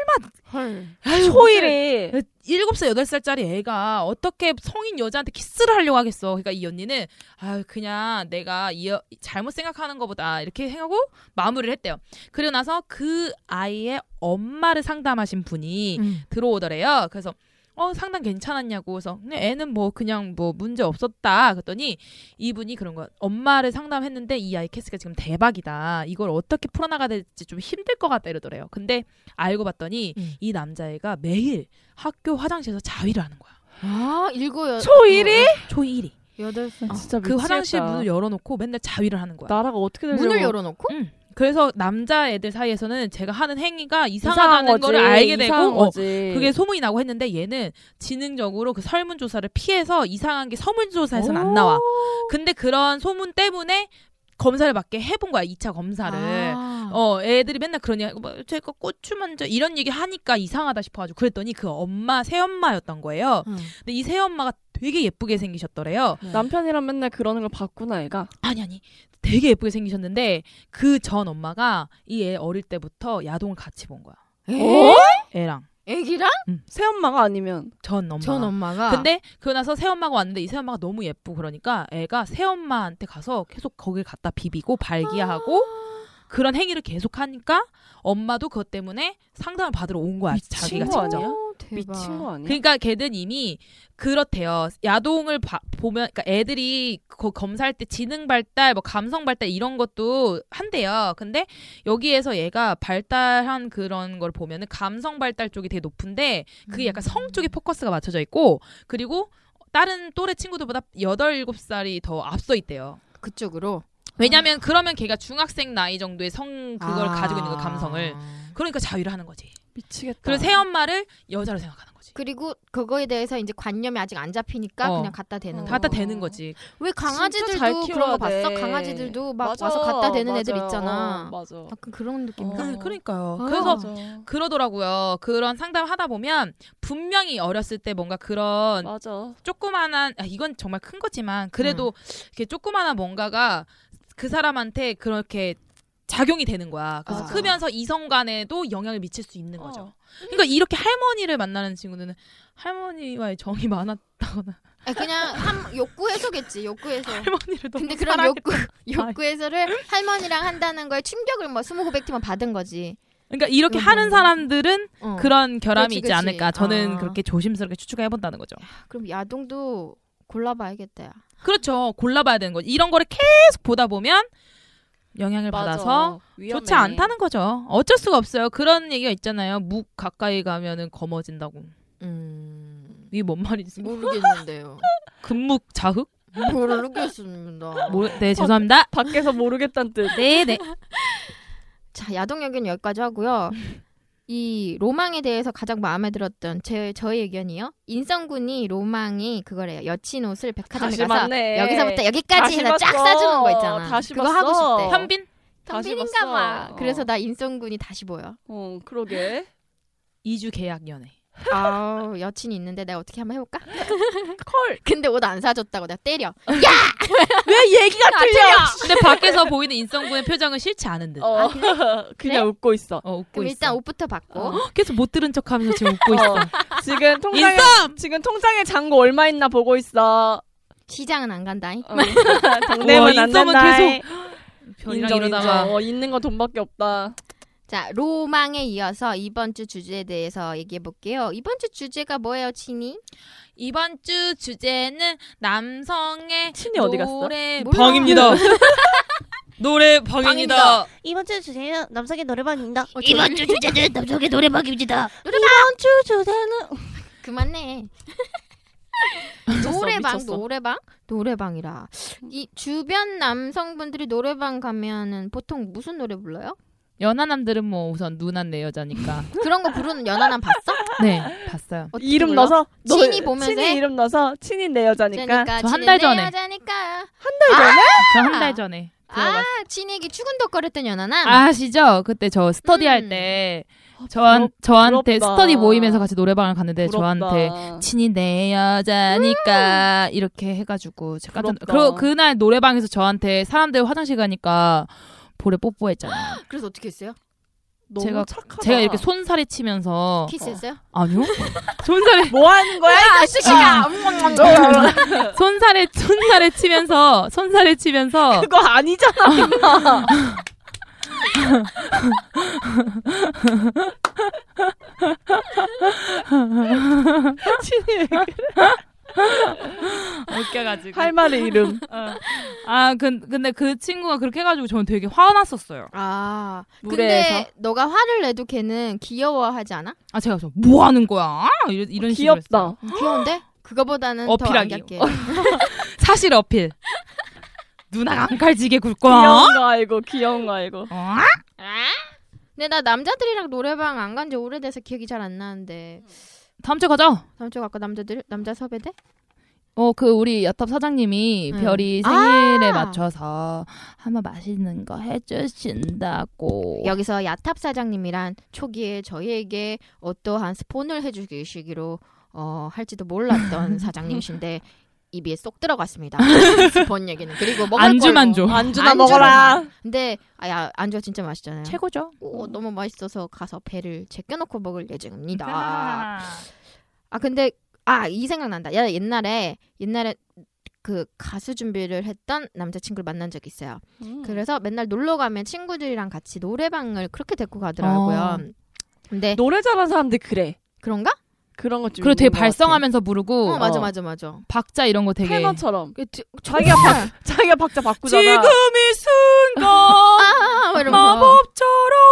C: 헐.
A: 초일에 일곱 살 여덟 살짜리 애가 어떻게 성인 여자한테 키스를 하려고 하겠어. 그러니까 이 언니는 아 그냥 내가 이 여- 잘못 생각하는 것보다 이렇게 생각하고 마무리를 했대요. 그리고 나서 그 아이의 엄마를 상담하신 분이
D: 음.
A: 들어오더래요. 그래서 어 상담 괜찮았냐고 그래서 그냥 애는 뭐 그냥 뭐 문제 없었다 그랬더니 이분이 그런 거야 엄마를 상담했는데 이 아이 케이스가 지금 대박이다 이걸 어떻게 풀어나가야 될지 좀 힘들 것 같다 이러더래요 근데 알고 봤더니
D: 음.
A: 이 남자애가 매일 학교 화장실에서 자위를 하는 거야
D: 아 어, 일곱 여
C: 초일이?
A: 초일이
D: 여덟 살
C: 아, 진짜
A: 그 화장실
C: 미치겠다.
A: 문을 열어놓고 맨날 자위를 하는 거야
C: 나라가 어떻게 되려고
A: 음.
D: 문을 열어놓고
A: 응. 그래서 남자애들 사이에서는 제가 하는 행위가
C: 이상한
A: 이상하다는
C: 거지.
A: 거를 알게 되고
C: 이상한
A: 어,
C: 거지.
A: 그게 소문이 나고 했는데 얘는 지능적으로 그 설문조사를 피해서 이상한 게 설문조사에서는 안 나와. 근데 그런 소문 때문에 검사를 받게 해본 거야, 2차 검사를.
D: 아.
A: 어, 애들이 맨날 그러냐, 뭐, 제가 고추 만져, 이런 얘기 하니까 이상하다 싶어가지고 그랬더니 그 엄마, 새엄마였던 거예요.
D: 음.
A: 근데 이 새엄마가 되게 예쁘게 생기셨더래요.
C: 남편이랑 맨날 그러는 걸 봤구나 애가.
A: 아니 아니 되게 예쁘게 생기셨는데 그 전 엄마가 이 애 어릴 때부터 야동을 같이 본 거야.
D: 에?
A: 애랑
D: 애기랑
C: 어? 새 엄마가 아니면
A: 전 엄마.
D: 전 엄마가
A: 근데 그러고 나서 새엄마가 왔는데 이 새엄마가 너무 예쁘고 그러니까 애가 새엄마한테 가서 계속 거길 갖다 비비고 발기하고 그런 행위를 계속 하니까 엄마도 그것 때문에 상담을 받으러 온 거야. 자기가
C: 거
A: 직접.
C: 아니야?
D: 오, 어, 대박.
C: 미친 거 아니야?
A: 그러니까 걔는 이미 그렇대요. 야동을 봐- 보면 그러니까 애들이 그 검사할 때 지능 발달, 뭐 감성 발달 이런 것도 한대요. 근데 여기에서 얘가 발달한 그런 걸 보면은 감성 발달 쪽이 되게 높은데 그게 약간 성
D: 음.
A: 쪽에 포커스가 맞춰져 있고 그리고 다른 또래 친구들보다 여덟 일곱 살이더 앞서 있대요.
D: 그쪽으로
A: 왜냐면 그러면 걔가 중학생 나이 정도의 성 그걸
D: 아.
A: 가지고 있는 거 감성을 그러니까 자유를 하는 거지.
C: 미치겠다.
D: 아.
A: 그리고 새엄마를 여자로 생각하는 거지.
D: 그리고 그거에 대해서 이제 관념이 아직 안 잡히니까
A: 어.
D: 그냥 갖다 대는
A: 갖다
D: 거.
A: 대는 거지.
D: 왜
C: 잘
D: 강아지들도
C: 키워야
D: 그런 거 봤어?
C: 돼.
D: 강아지들도 막
C: 맞아,
D: 와서 갖다 대는 애들
C: 맞아요.
D: 있잖아.
C: 어, 맞아.
D: 약간 그런 느낌.
C: 어.
A: 그, 그러니까요.
D: 아.
A: 그래서 그러더라고요. 그런 상담 하다 보면 분명히 어렸을 때 뭔가 그런
D: 어.
C: 맞아.
A: 조그만한 아, 이건 정말 큰 거지만 그래도
D: 음.
A: 이렇게 조그만한 뭔가가 그 사람한테 그렇게 작용이 되는 거야. 그래서
D: 맞아.
A: 크면서 이성간에도 영향을 미칠 수 있는 거죠.
C: 어.
A: 그러니까 이렇게 할머니를 만나는 친구는 할머니와의 정이 많았다거나
D: 아니, 그냥 한 욕구 해소겠지. 욕구 해소.
A: 할머니를 너무
D: 근데 그런
A: 사랑했-
D: 욕구 욕구 해소를 할머니랑 한다는 거에 충격을 뭐 스무 고백팀은 받은 거지.
A: 그러니까 이렇게
D: 음.
A: 하는 사람들은
D: 어.
A: 그런 결함이
D: 그렇지,
A: 있지
D: 그렇지.
A: 않을까. 저는
D: 아.
A: 그렇게 조심스럽게 추측해 본다는 거죠.
D: 그럼 야동도 골라봐야겠다. 야.
A: 그렇죠. 골라봐야 되는 거죠. 이런 거를 계속 보다 보면 영향을
C: 맞아.
A: 받아서
C: 위험해.
A: 좋지 않다는 거죠. 어쩔 수가 없어요. 그런 얘기가 있잖아요. 묵 가까이 가면은 검어진다고.
D: 음
A: 이게 뭔 말이지?
D: 모르겠는데요.
A: 금묵 자흑?
D: 모르겠습니다.
A: 모
C: 어,
A: 네, 죄송합니다.
C: 밖에서 모르겠다는 뜻.
A: 네, 네.
D: 자 야동 의견 여기까지 하고요. 이 로망에 대해서 가장 마음에 들었던 제 저의 의견이요. 인성군이 로망이 그거래요. 여친 옷을 백화점에
C: 다시
D: 가서
C: 맞네.
D: 여기서부터 여기까지
C: 다시
D: 해서 쫙
C: 봤어.
D: 싸주는 거 있잖아.
C: 다시
D: 그거
C: 봤어.
D: 하고 싶대.
C: 현-
A: 현빈
C: 다시
D: 현빈인가 봐.
C: 봤어.
D: 그래서 나 인성군이 다시 보여.
C: 어, 그러게.
A: 2주 계약 연애.
D: 아우 여친이 있는데 내가 어떻게 한번 해볼까? 콜. 근데 옷 안 사줬다고 내가 때려.
C: 왜 얘기가 틀려?
A: 근데 밖에서 보이는 인성군의 표정은 싫지 않은 듯.
C: 아. 어, 그냥 웃고 있어.
A: 어, 웃고
D: 아, 그럼
A: 있어.
D: 일단 옷부터 받고.
A: 계속 못 들은 척하면서 지금 웃고 있어.
C: 지금 통장에 지금 통장에 잔고 얼마 있나 보고 있어.
D: 시장은 안 간다.
C: 어. 당내면
A: 우와,
C: 안
A: 인성은
C: 된다.
A: 변이랑 이러다가
C: 어, 있는 건 돈밖에 없다.
D: 자 로망에 이어서 이번 주 주제에 대해서 얘기해 볼게요. 이번 주 주제가 뭐예요, 친이?
A: 이번 주 주제는 남성의
C: 친이 어디 뭐? 갔어?
A: 노래
D: 몰라. 방입니다.
A: 노래
D: 방입니다.
E: 이번 주 주제는 남성의 노래방입니다.
D: 이번
E: 주 주제는 남성의 노래방입니다.
D: 노래방
E: 주 주제는
D: 그만해. 노래방 노래방 노래방이라 이 주변 남성분들이 노래방 가면은 보통 무슨 노래 불러요?
A: 연하남들은 뭐 우선 누난 내 여자니까.
D: 그런 거 부르는 연하남 봤어?
A: 네, 봤어요.
D: 어떻게
C: 이름
D: 불러?
C: 넣어서 너-
D: 친이 보면서
C: 친이
D: 해?
C: 이름 넣어서 친이 내 여자니까.
D: 그러니까
A: 저한
D: 친은
A: 달
D: 내
A: 전에.
D: 여자니까.
A: 저 한 달 전에
D: 아
A: 들어봤어요.
D: 친에게 추근덕거렸던 연하남.
A: 아시죠? 그때 저 스터디
D: 음.
A: 할 때 저한 저한테
C: 아, 부럽다.
A: 스터디 모임에서 같이 노래방을 갔는데
C: 부럽다.
A: 네, 저한테 친이 내 여자니까 이렇게 해가지고 제가 깜짝
C: 음. 부럽다.
A: 그 그날 노래방에서 저한테 사람들 화장실 가니까 볼에 뽀뽀했잖아요.
D: 그래서 어떻게 했어요?
C: 너무
A: 제가-
C: 착하다.
A: 제가 이렇게 손살이 치면서
D: 키스했어요?
A: 아니요 손살에
C: 뭐 하는 거야?
D: 아, 수식아.
A: 음, 손살에 손살에 치면서 손살에 치면서
C: 그거 아니잖아. 친이
A: 웃겨가지고
C: 할 말의 이름.
A: 아 근, 근데 그 친구가 그렇게 해가지고 저는 되게 화났었어요.
D: 아,
C: 무례해서?
D: 근데 너가 화를 내도 걔는 귀여워하지 않아?
A: 아 제가 저뭐 하는 거야 이런 이런 식으로 했어요.
C: 귀엽다.
D: 음, 귀여운데? 그거보다는 더
A: 어필하기.
D: 안겹게.
A: 사실 어필 누나가 안 갈지게 굴거.
C: 귀여운 거 알고 귀여운 거 알고.
A: 어?
D: 근데 나 남자들이랑 노래방 안 간 지 오래돼서 기억이 잘 안 나는데.
A: 다음 주에 가자.
D: 다음 주 아까 남자들 남자 섭외대?
A: 어 그 우리 야탑 사장님이
D: 응.
A: 별이
D: 아!
A: 생일에 맞춰서 한번 맛있는 거 해주신다고.
D: 여기서 야탑 사장님이란 초기에 저희에게 어떠한 스폰을 해주시기로 어, 할지도 몰랐던 사장님이신데 입에 쏙 들어갔습니다. 본 얘기는 그리고 먹을
A: 안주만족.
D: 걸로. 아,
A: 안주나
D: 안주로만.
A: 먹어라.
D: 근데 아야 안주 가 진짜 맛있잖아요.
A: 최고죠.
D: 오, 너무 맛있어서 가서 배를 제껴놓고 먹을 예정입니다. 아 근데 아 이 생각난다. 야 옛날에 옛날에 그 가수 준비를 했던 남자친구를 만난 적이 있어요.
C: 음.
D: 그래서 맨날 놀러 가면 친구들이랑 같이 노래방을 그렇게 데리고
C: 어.
D: 가더라고요. 근데
C: 노래 잘하는 사람들 그래.
D: 그런가?
C: 그런 것좀
A: 그리고 되게 발성하면서 부르고
D: 어, 맞아 맞아 맞아.
A: 박자 이런 거 되게
C: 테너처럼.
D: 자기가
C: 박 자기가 박자 바꾸잖아.
A: 지금 이 순간
D: 아, 막 이러면서.
A: 마법처럼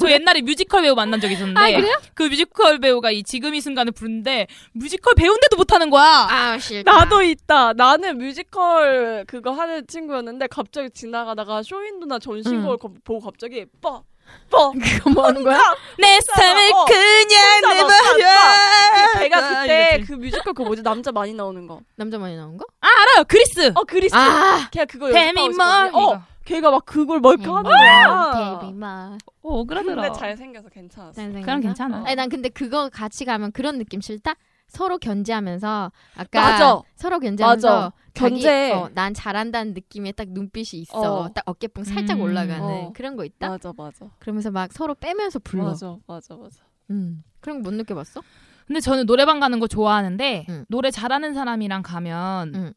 A: 저 옛날에 뮤지컬 배우 만난 적 있었는데
D: 아, 그래요?
A: 그 뮤지컬 배우가 이 지금 이 순간을 부른데 뮤지컬 배우인데도 못하는 거야
D: 아 싫다.
C: 나도 있다. 나는 뮤지컬 그거 하는 친구였는데 갑자기 지나가다가 쇼윈도나 전신걸 보고 갑자기 뻐. 뻐.
D: 그거 뭐 하는 거야?
A: 내
C: 혼자
A: 삶을
C: 막, 어,
A: 그냥
C: 혼자 막
A: 내버려
C: 그 배가 그때
A: 이랬지.
C: 그 뮤지컬 그거 뭐지? 남자 많이 나오는 거.
D: 남자 많이 나온 거?
A: 아 알아요 그리스
C: 어, 그리스.
D: 아,
C: 걔가 그거
A: 데미 머
C: 연습하고 있었거든요. 어, 걔가 막 그걸 멀카 하는
D: 데뷔
C: 거야.
D: 마.
A: 어,
C: 근데
A: 오그라들어
C: 잘 생겨서 괜찮았어.
A: 그럼 괜찮아
D: 아니 난 근데 그거 같이 가면 그런 느낌 싫다. 서로 견제하면서 아까
C: 맞아.
D: 서로 견제하면서
C: 맞아.
D: 자기,
C: 견제.
D: 어, 난 잘한다는 느낌에 딱 눈빛이 있어.
C: 어.
D: 딱 어깨뽕 살짝
A: 음.
D: 올라가는
C: 어.
D: 그런 거 있다.
C: 맞아, 맞아.
D: 그러면서 막 서로 빼면서 불러.
C: 맞아, 맞아, 맞아.
D: 음. 그런 거 못 느껴봤어?
A: 근데 저는 노래방 가는 거 좋아하는데
D: 응.
A: 노래 잘하는 사람이랑 가면
D: 응.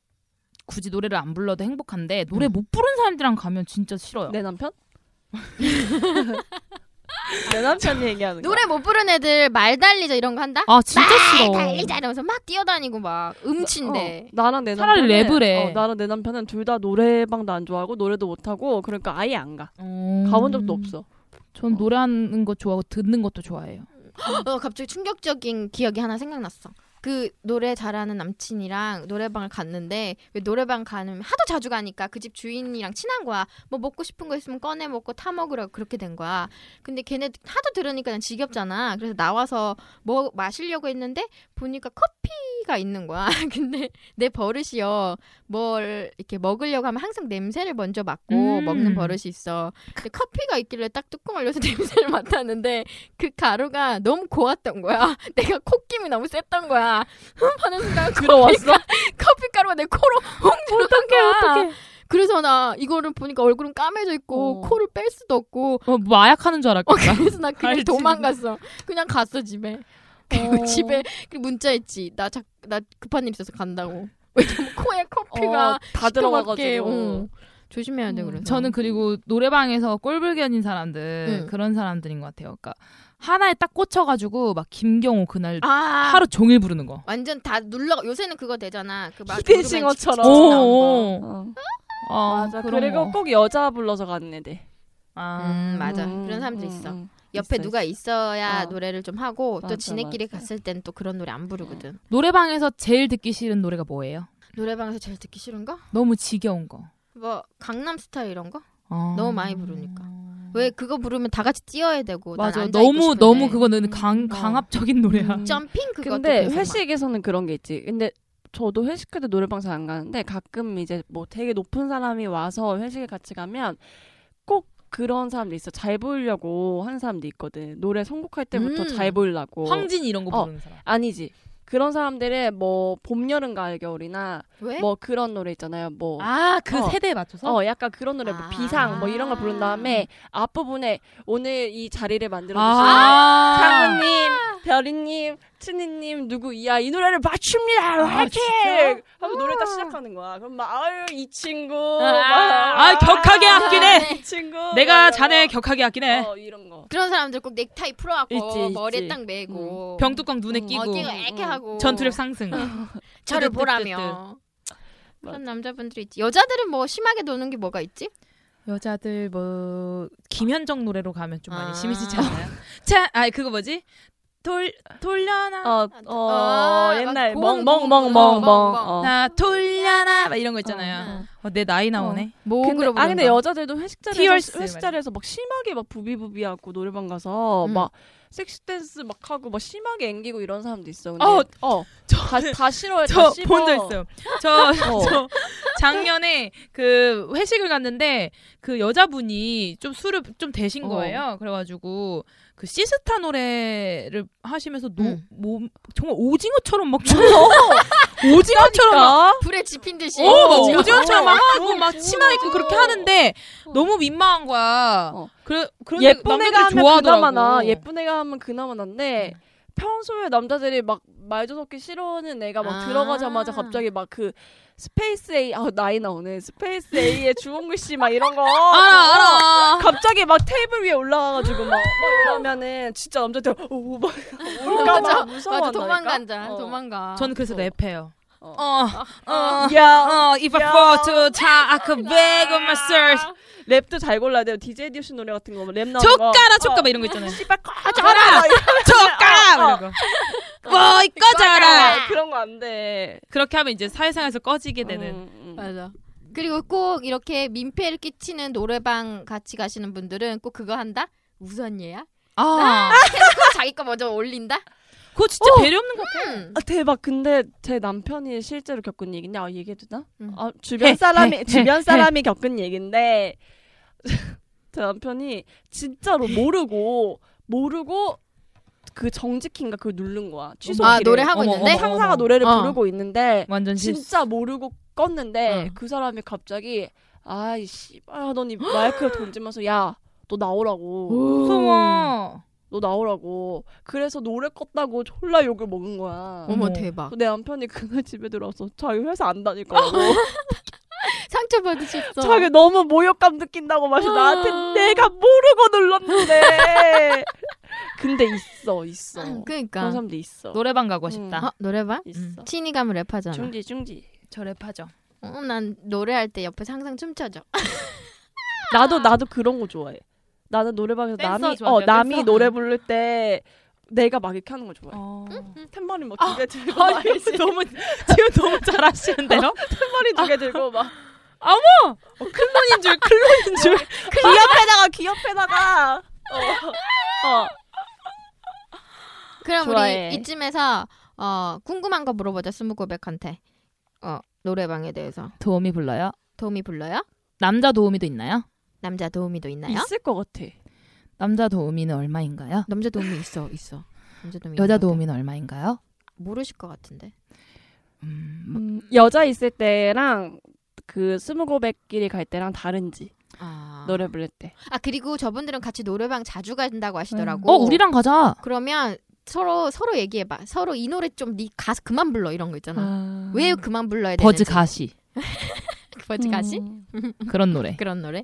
A: 굳이 노래를 안 불러도 행복한데 노래
D: 응.
A: 못 부른 사람들이랑 가면 진짜 싫어요.
C: 내 남편? 내 남편 얘기하는 거.
D: 노래 못 부른 애들 말 달리자 이런 거 한다?
A: 아 진짜 싫어.
D: 말 달리자 이러면서 막 뛰어다니고 막 음치인데.
C: 어, 나랑 내
A: 차라리
C: 남편은,
A: 랩을 해.
C: 어, 나랑 내 남편은 둘 다 노래방도 안 좋아하고 노래도 못하고 그러니까 아예 안 가.
A: 음.
C: 가본 적도 없어.
A: 전 노래하는 거 좋아하고 듣는 것도 좋아해요.
D: 어, 갑자기 충격적인 기억이 하나 생각났어. 그 노래 잘하는 남친이랑 노래방을 갔는데 왜 노래방 가는 하도 자주 가니까 그 집 주인이랑 친한 거야. 뭐 먹고 싶은 거 있으면 꺼내 먹고 타 먹으라고 그렇게 된 거야. 근데 걔네 하도 들으니까 난 지겹잖아. 그래서 나와서 뭐 마시려고 했는데 보니까 커피가 있는 거야. 근데 내 버릇이요. 뭘 이렇게 먹으려고 하면 항상 냄새를 먼저 맡고
A: 음.
D: 먹는 버릇이 있어. 근데 커피가 있길래 딱 뚜껑을 열어서 냄새를 맡았는데 그 가루가 너무 고왔던 거야. 내가 콧김이 너무 셌던 거야. 흠 하는 순간 들어왔어. 커피 가루가 내 코로 훅 들어간 거야.
C: 어떡해.
D: 그래서 나 이거를 보니까 얼굴은 까매져 있고
C: 어.
D: 코를 뺄 수도 없고
A: 어, 마약하는 줄
D: 어,
A: 알았겠다.
D: 그래서 나 그냥
A: 알지.
D: 도망갔어. 그냥 갔어 집에. 그리고
C: 아, 어.
D: 집에 그 문자 있지. 나 자, 나 급한 일 있어서 간다고. 왜냐면 코에 커피가
C: 어, 다
D: 시커멓게,
C: 들어가가지고.
D: 어. 조심해야 돼
C: 음.
D: 그래서.
A: 저는 그리고 노래방에서 꼴불견인 사람들
D: 응.
A: 그런 사람들인 것 같아요. 그러니까 하나에 딱 꽂혀가지고 막 김경호 그날
D: 아
A: 하루 종일 부르는 거.
D: 완전 다 눌러 요새는 그거 되잖아. 그막
C: 히든 싱어처럼.
D: 누르면 치킨 나온 거.
A: 오, 오.
C: 어.
A: 어,
C: 맞아.
A: 그런
C: 그리고
A: 거.
C: 꼭 여자 불러서 가는 애들.
A: 아,
D: 음 맞아
C: 음,
D: 그런 사람들
C: 음,
D: 있어.
C: 음.
D: 옆에
C: 있어,
D: 누가 있어야
C: 어.
D: 노래를 좀 하고 또
C: 맞아,
D: 지네끼리
C: 맞아. 네.
D: 갔을 땐 또 그런 노래 안 부르거든.
A: 노래방에서 제일 듣기 싫은 노래가 뭐예요?
D: 노래방에서 제일 듣기 싫은 거?
A: 너무 지겨운 거.
D: 뭐 강남 스타일 이런 거?
A: 아.
D: 너무 많이 부르니까. 왜 그거 부르면 다 같이 뛰어야 되고 난
A: 맞아.
D: 앉아있고
A: 너무
D: 싶은데.
A: 너무 그거는 강
D: 어.
A: 강압적인 노래야.
C: 음.
D: 점핑 그것도
C: 근데
D: 계속 막.
C: 회식에서는 그런 게 있지. 근데 저도 회식할 때 노래방 잘 안 가는데 가끔 이제 뭐 되게 높은 사람이 와서 회식에 같이 가면 꼭 그런 사람도 있어. 잘 보이려고 하는 사람도 있거든. 노래 선곡할 때부터
D: 음.
C: 잘 보이려고.
A: 황진 이런 거
C: 어.
A: 부르는 사람.
C: 아니지. 그런 사람들의 뭐 봄, 여름, 가을, 겨울이나
D: 왜?
C: 뭐 그런 노래 있잖아요. 뭐
A: 아, 그
C: 어.
A: 세대에 맞춰서?
C: 어, 약간 그런 노래, 뭐
D: 아.
C: 비상, 뭐 이런 걸 부른 다음에 앞부분에 오늘 이 자리를 만들어
D: 아.
C: 주신
A: 아.
C: 상우님, 별이님, 친이님 누구 이야 이 노래를
A: 아,
C: 맞춥니다. 화이팅! 하고 노래 딱 시작하는 거야. 그럼 막 아유 이 친구, 막,
A: 아, 격하게 아끼네.
C: 이 친구.
A: 내가
C: 막
A: 자네
C: 이런
A: 격하게 아끼네.
C: 거. 어 이런 거.
D: 그런 사람들 꼭 넥타이 풀어갖고
C: 있지, 있지.
D: 머리에 딱 메고
A: 병뚜껑 눈에
C: 음,
A: 끼고
D: 어깨가 애게 하고
A: 전투력 상승.
D: 저를
A: 뜨뜻뜨뜻.
D: 보라며 그런 남자분들이 있지 여자들은 뭐 심하게 노는 게 뭐가 있지?
A: 여자들 뭐 김현정 노래로 가면 좀 많이
D: 아.
A: 심해지지 않아요? 자, 아 그거 뭐지? 돌 돌려나
C: 어, 어
D: 아,
C: 옛날
D: 막
C: 멍
D: 고음,
C: 멍 멍 멍멍.
D: 멍,
C: 어.
A: 나 돌려나 막 이런 거 있잖아요. 어, 내 나이 나오네.
C: 근데,
D: 목으로
C: 아 근데
D: 부른다.
C: 여자들도 회식
A: TRS
C: 자리에서 회식
A: 말이야.
C: 자리에서 막 심하게 막 부비부비하고 노래방 가서
D: 음.
C: 막 섹시 댄스 막 하고 막 심하게 앵기고 이런 사람도 있어. 근데
A: 어,
C: 어저다 다 싫어해.
A: 저
C: 다
A: 본 적
C: 싫어.
A: 있어요. 저,
C: 어.
A: 저 작년에 그 회식을 갔는데 그 여자분이 좀 술을 좀 대신
C: 어.
A: 거예요. 그래가지고 그 시스타 노래를 하시면서 노, 몸- 정말 오징어처럼 막 오징어처럼 막
D: 불에 지핀 듯이.
A: 어,
D: 오징어.
A: 오징어처럼 막 하고 막
C: 그렇지.
A: 치마 입고 그렇게 하는데 너무 민망한 거야.
C: 어.
A: 그래 그런
C: 예쁜 애가 하면 그나마 나
A: 좋아하더라고.
C: 예쁜 애가 하면 그나마 난데 네. 평소에 남자들이 막말 조섞기 싫어하는 애가 막
D: 아.
C: 들어가자마자 갑자기 막 그 스페이스 A 아 나이 나오네 스페이스 A의 주홍 글씨 막 이런 거
A: 알아 알아.
C: 갑자기 막 테이블 위에 올라가가지고 막, 막 이러면은 진짜 남자들 오막
D: 맞아.
C: 올까봐 무서워
D: 맞아, 도망간다.
C: 어.
D: 도망가.
A: 저는 그래서 랩해요.
C: 어. 아.
A: 어어
C: 야
A: 어, if I fall to time, I could beg on my search.
C: 랩도 잘 골라야 돼요 DJ 디오씨 노래 같은 거 랩 나오는 거
A: 족가라, 어. 족가라 어, 이런 거 있잖아요.
C: 씨발
A: 족가라, 족가라 이런 거. 뭐 꺼져라.
C: 꺼져라 그런 거 안돼
A: 그렇게 하면 이제 사회생활에서 꺼지게 되는.
D: 맞아. 그리고 꼭 이렇게 민폐를 끼치는 노래방 같이 가시는 분들은 꼭 그거 한다. 우선 얘야.
A: 아,
D: 꼭 자기 거 먼저 올린다.
A: 그거 진짜 배려 없는 거.
D: 음.
C: 아, 대박. 근데 제 남편이 실제로 겪은 얘기인데, 아, 얘기해도 되나?
D: 응.
C: 아, 주변 사람이, 주변
D: 음.
C: 사람이 겪은 얘기인데, 제 남편이 진짜로 모르고, 모르고, 그 정지키인가 그걸 누른 거야. 취소키를.
D: 아 노래 하고
A: 어머,
D: 있는데.
A: 어머,
C: 상사가 노래를
D: 어.
C: 부르고 있는데,
A: 완전 실수.
C: 진짜 모르고 껐는데,
A: 어.
C: 그 사람이 갑자기, 아이, 씨발 하더니 마이크를 던지면서, 야, 너 나오라고.
A: 무서워.
C: 너 나오라고. 그래서 노래 껐다고 졸라 욕을 먹은 거야.
D: 어머 대박.
C: 내 남편이 그날 집에 들어와서 자기 회사 안 다닐
D: 아,
C: 거라고
D: 상처 받으셨어.
C: 자기 너무 모욕감 느낀다고 마시 나한테
D: 아.
C: 내가 모르고 눌렀는데 근데 있어 있어
D: 음,
C: 그런
D: 그러니까.
C: 사람도 있어
A: 노래방 가고
C: 음.
A: 싶다.
D: 어, 노래방?
C: 있어
D: 친이감을 랩하잖아.
C: 중지 중지
A: 저 랩하죠.
D: 어, 난 노래할 때 옆에서 항상 춤춰줘.
C: 나도 나도 그런 거 좋아해 나는 노래방에서
A: 댄서
C: 남이
A: 좋아하냐,
C: 어 남이
A: 댄서?
C: 노래 부를 때 내가 막 이렇게 하는 거 좋아해
D: 어.
C: 탬버린 뭐 두개 들고 막 이러지.
A: 너무 지금 너무 잘하시는데요?
C: 탬버린 두개 들고 막 어,
A: 클론인 줄 클론인 줄.
C: 귀옆에다가 귀옆에다가 어, 어.
D: 그럼
C: 좋아해.
D: 우리 이쯤에서 어, 궁금한 거 물어보자 스무고백한테. 어, 노래방에 대해서
A: 어, 도우미 불러요.
D: 도우미 불러요?
A: 남자 도우미도 있나요?
D: 남자 도우미도 있나요?
C: 있을 것 같아
A: 남자 도우미는 얼마인가요?
D: 남자 도우미 있어, 있어. 남자 도우미.
A: 여자
D: 있는데.
A: 도우미는 얼마인가요?
D: 모르실 것 같은데.
A: 음,
C: 음, 여자 있을 때랑 그 스무고백끼리 갈 때랑 다른지
D: 아.
C: 노래 부를 때.
D: 아 그리고 저분들은 같이 노래방 자주 간다고 하시더라고.
A: 어 우리랑 가자.
D: 그러면 서로 서로 얘기해봐. 서로 이 노래 좀 네 가수 그만 불러 이런 거 있잖아.
C: 음.
D: 왜 그만 불러야 되는지.
A: 버즈 가시
D: 버즈 가시?
C: 음.
A: 그런 노래.
D: 그런 노래?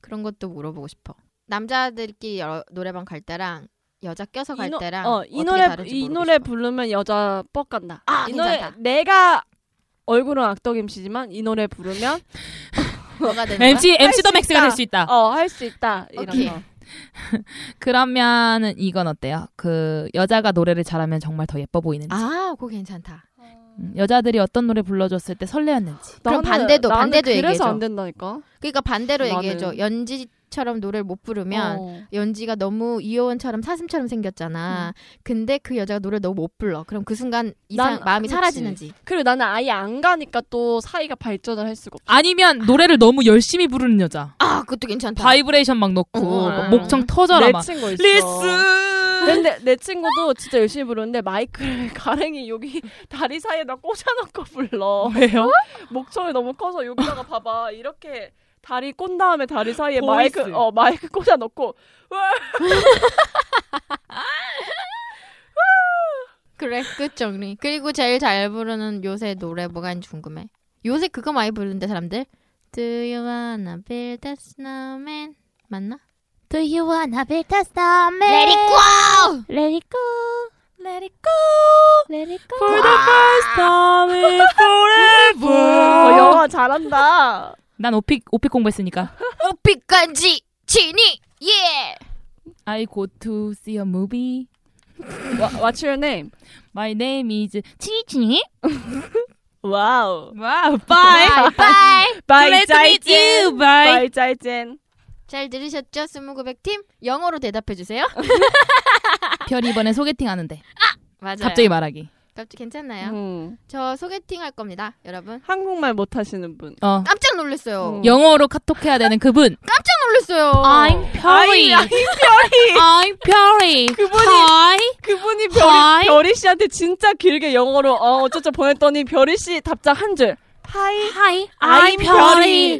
D: 그런 것도 물어보고 싶어. 남자들끼리 여러- 노래방 갈 때랑 여자 껴서 갈
C: 이 노-
D: 때랑
C: 어, 이
D: 어떻게
C: 노래
D: 다른지
C: 이
D: 모르고
C: 노래
D: 싶어.
C: 부르면 여자 뻑 간다.
D: 아,
C: 이 노래
D: 괜찮다.
C: 내가 얼굴은 악덕 MC지만 이 노래 부르면
D: 뭐가 되는 거야?
A: MC MC 더
C: 수
A: 맥스가
C: 있다.
A: 될 수 있다.
C: 어 할 수 있다 이런
D: 아. 오케이.
C: 거.
A: 그러면은 이건 어때요? 그 여자가 노래를 잘하면 정말 더 예뻐 보이는지,
D: 아, 그거 괜찮다.
A: 음, 여자들이 어떤 노래 불러줬을 때 설레었는지.
D: 그럼
C: 나는-
D: 반대도-
C: 나는
D: 반대도
C: 그래서
D: 얘기해줘.
C: 안 된다니까.
D: 그러니까 반대로
C: 나는-
D: 얘기해줘. 연지처럼 노래를 못 부르면
C: 어.
D: 연지가 너무 이효원처럼 사슴처럼
C: 음.
D: 생겼잖아. 근데 그 여자가 노래 너무 못 불러. 그럼 그 순간 이상
C: 난-
D: 마음이
C: 그치.
D: 사라지는지.
C: 그리고 나는 아예 안 가니까 또 사이가 발전을 할 수가 없어.
A: 아니면 노래를 너무 열심히 부르는 여자.
D: 아, 그것도 괜찮다.
A: 바이브레이션 막 넣고
D: 어.
A: 막 목청 터져라
C: 내
A: 막.
C: 친구 있어.
A: 리스.
C: 근데 내 친구도 진짜 열심히 부르는데 마이크를 가랭이 여기 다리 사이에다 꽂아놓고 불러.
A: 왜요?
C: 목청이 너무 커서 여기다가 봐봐 이렇게 다리 꼰 다음에 다리 사이에
A: 보이스.
C: 마이크 어 마이크 꽂아놓고
D: 그래, 끝 정리. 그리고 제일 잘 부르는 요새 노래 뭐가 있는지 궁금해. 요새 그거 많이 부르는데 사람들. Do you wanna build a snowman? 맞나?
E: Do you wanna build a snowman?
D: Let it go!
E: Let it go. Let it go. Let it go.
A: For the first time in
C: 어,
A: forever.
C: 영화 잘한다.
A: 난 오픽 오픽 공부했으니까.
D: 오피간지 진이 예.
A: I go to see a movie.
C: What's your name?
A: My name is 치니치니.
C: 와우.
A: 와우, bye.
D: 바이바이.
C: 바이
A: Glad to meet you.
C: 짜이젠.
A: Bye.
C: 바이 짜이젠.
D: 잘 들으셨죠? 스무고백 팀 영어로 대답해 주세요.
A: 별 이번에 소개팅 하는데
D: 맞아요.
A: 갑자기 말하기.
D: 갑자기 괜찮나요?
C: 음.
D: 저 소개팅 할 겁니다, 여러분.
C: 한국말 못하시는 분.
A: 어.
D: 깜짝 놀랐어요.
C: 음.
A: 영어로 카톡해야 되는 그분.
D: 깜짝 놀랐어요.
A: I'm 별이.
C: 아이, 별이.
A: I'm 별이.
C: 그분이-
A: Hi.
C: 그분이
A: 하이.
C: 별이, 별이 씨한테 진짜 길게 영어로 어 어쩌죠 보냈더니 별이 씨 답장 한 줄. 하이.
A: Hi.
C: 아이,
A: I'm 별이.
C: 별이.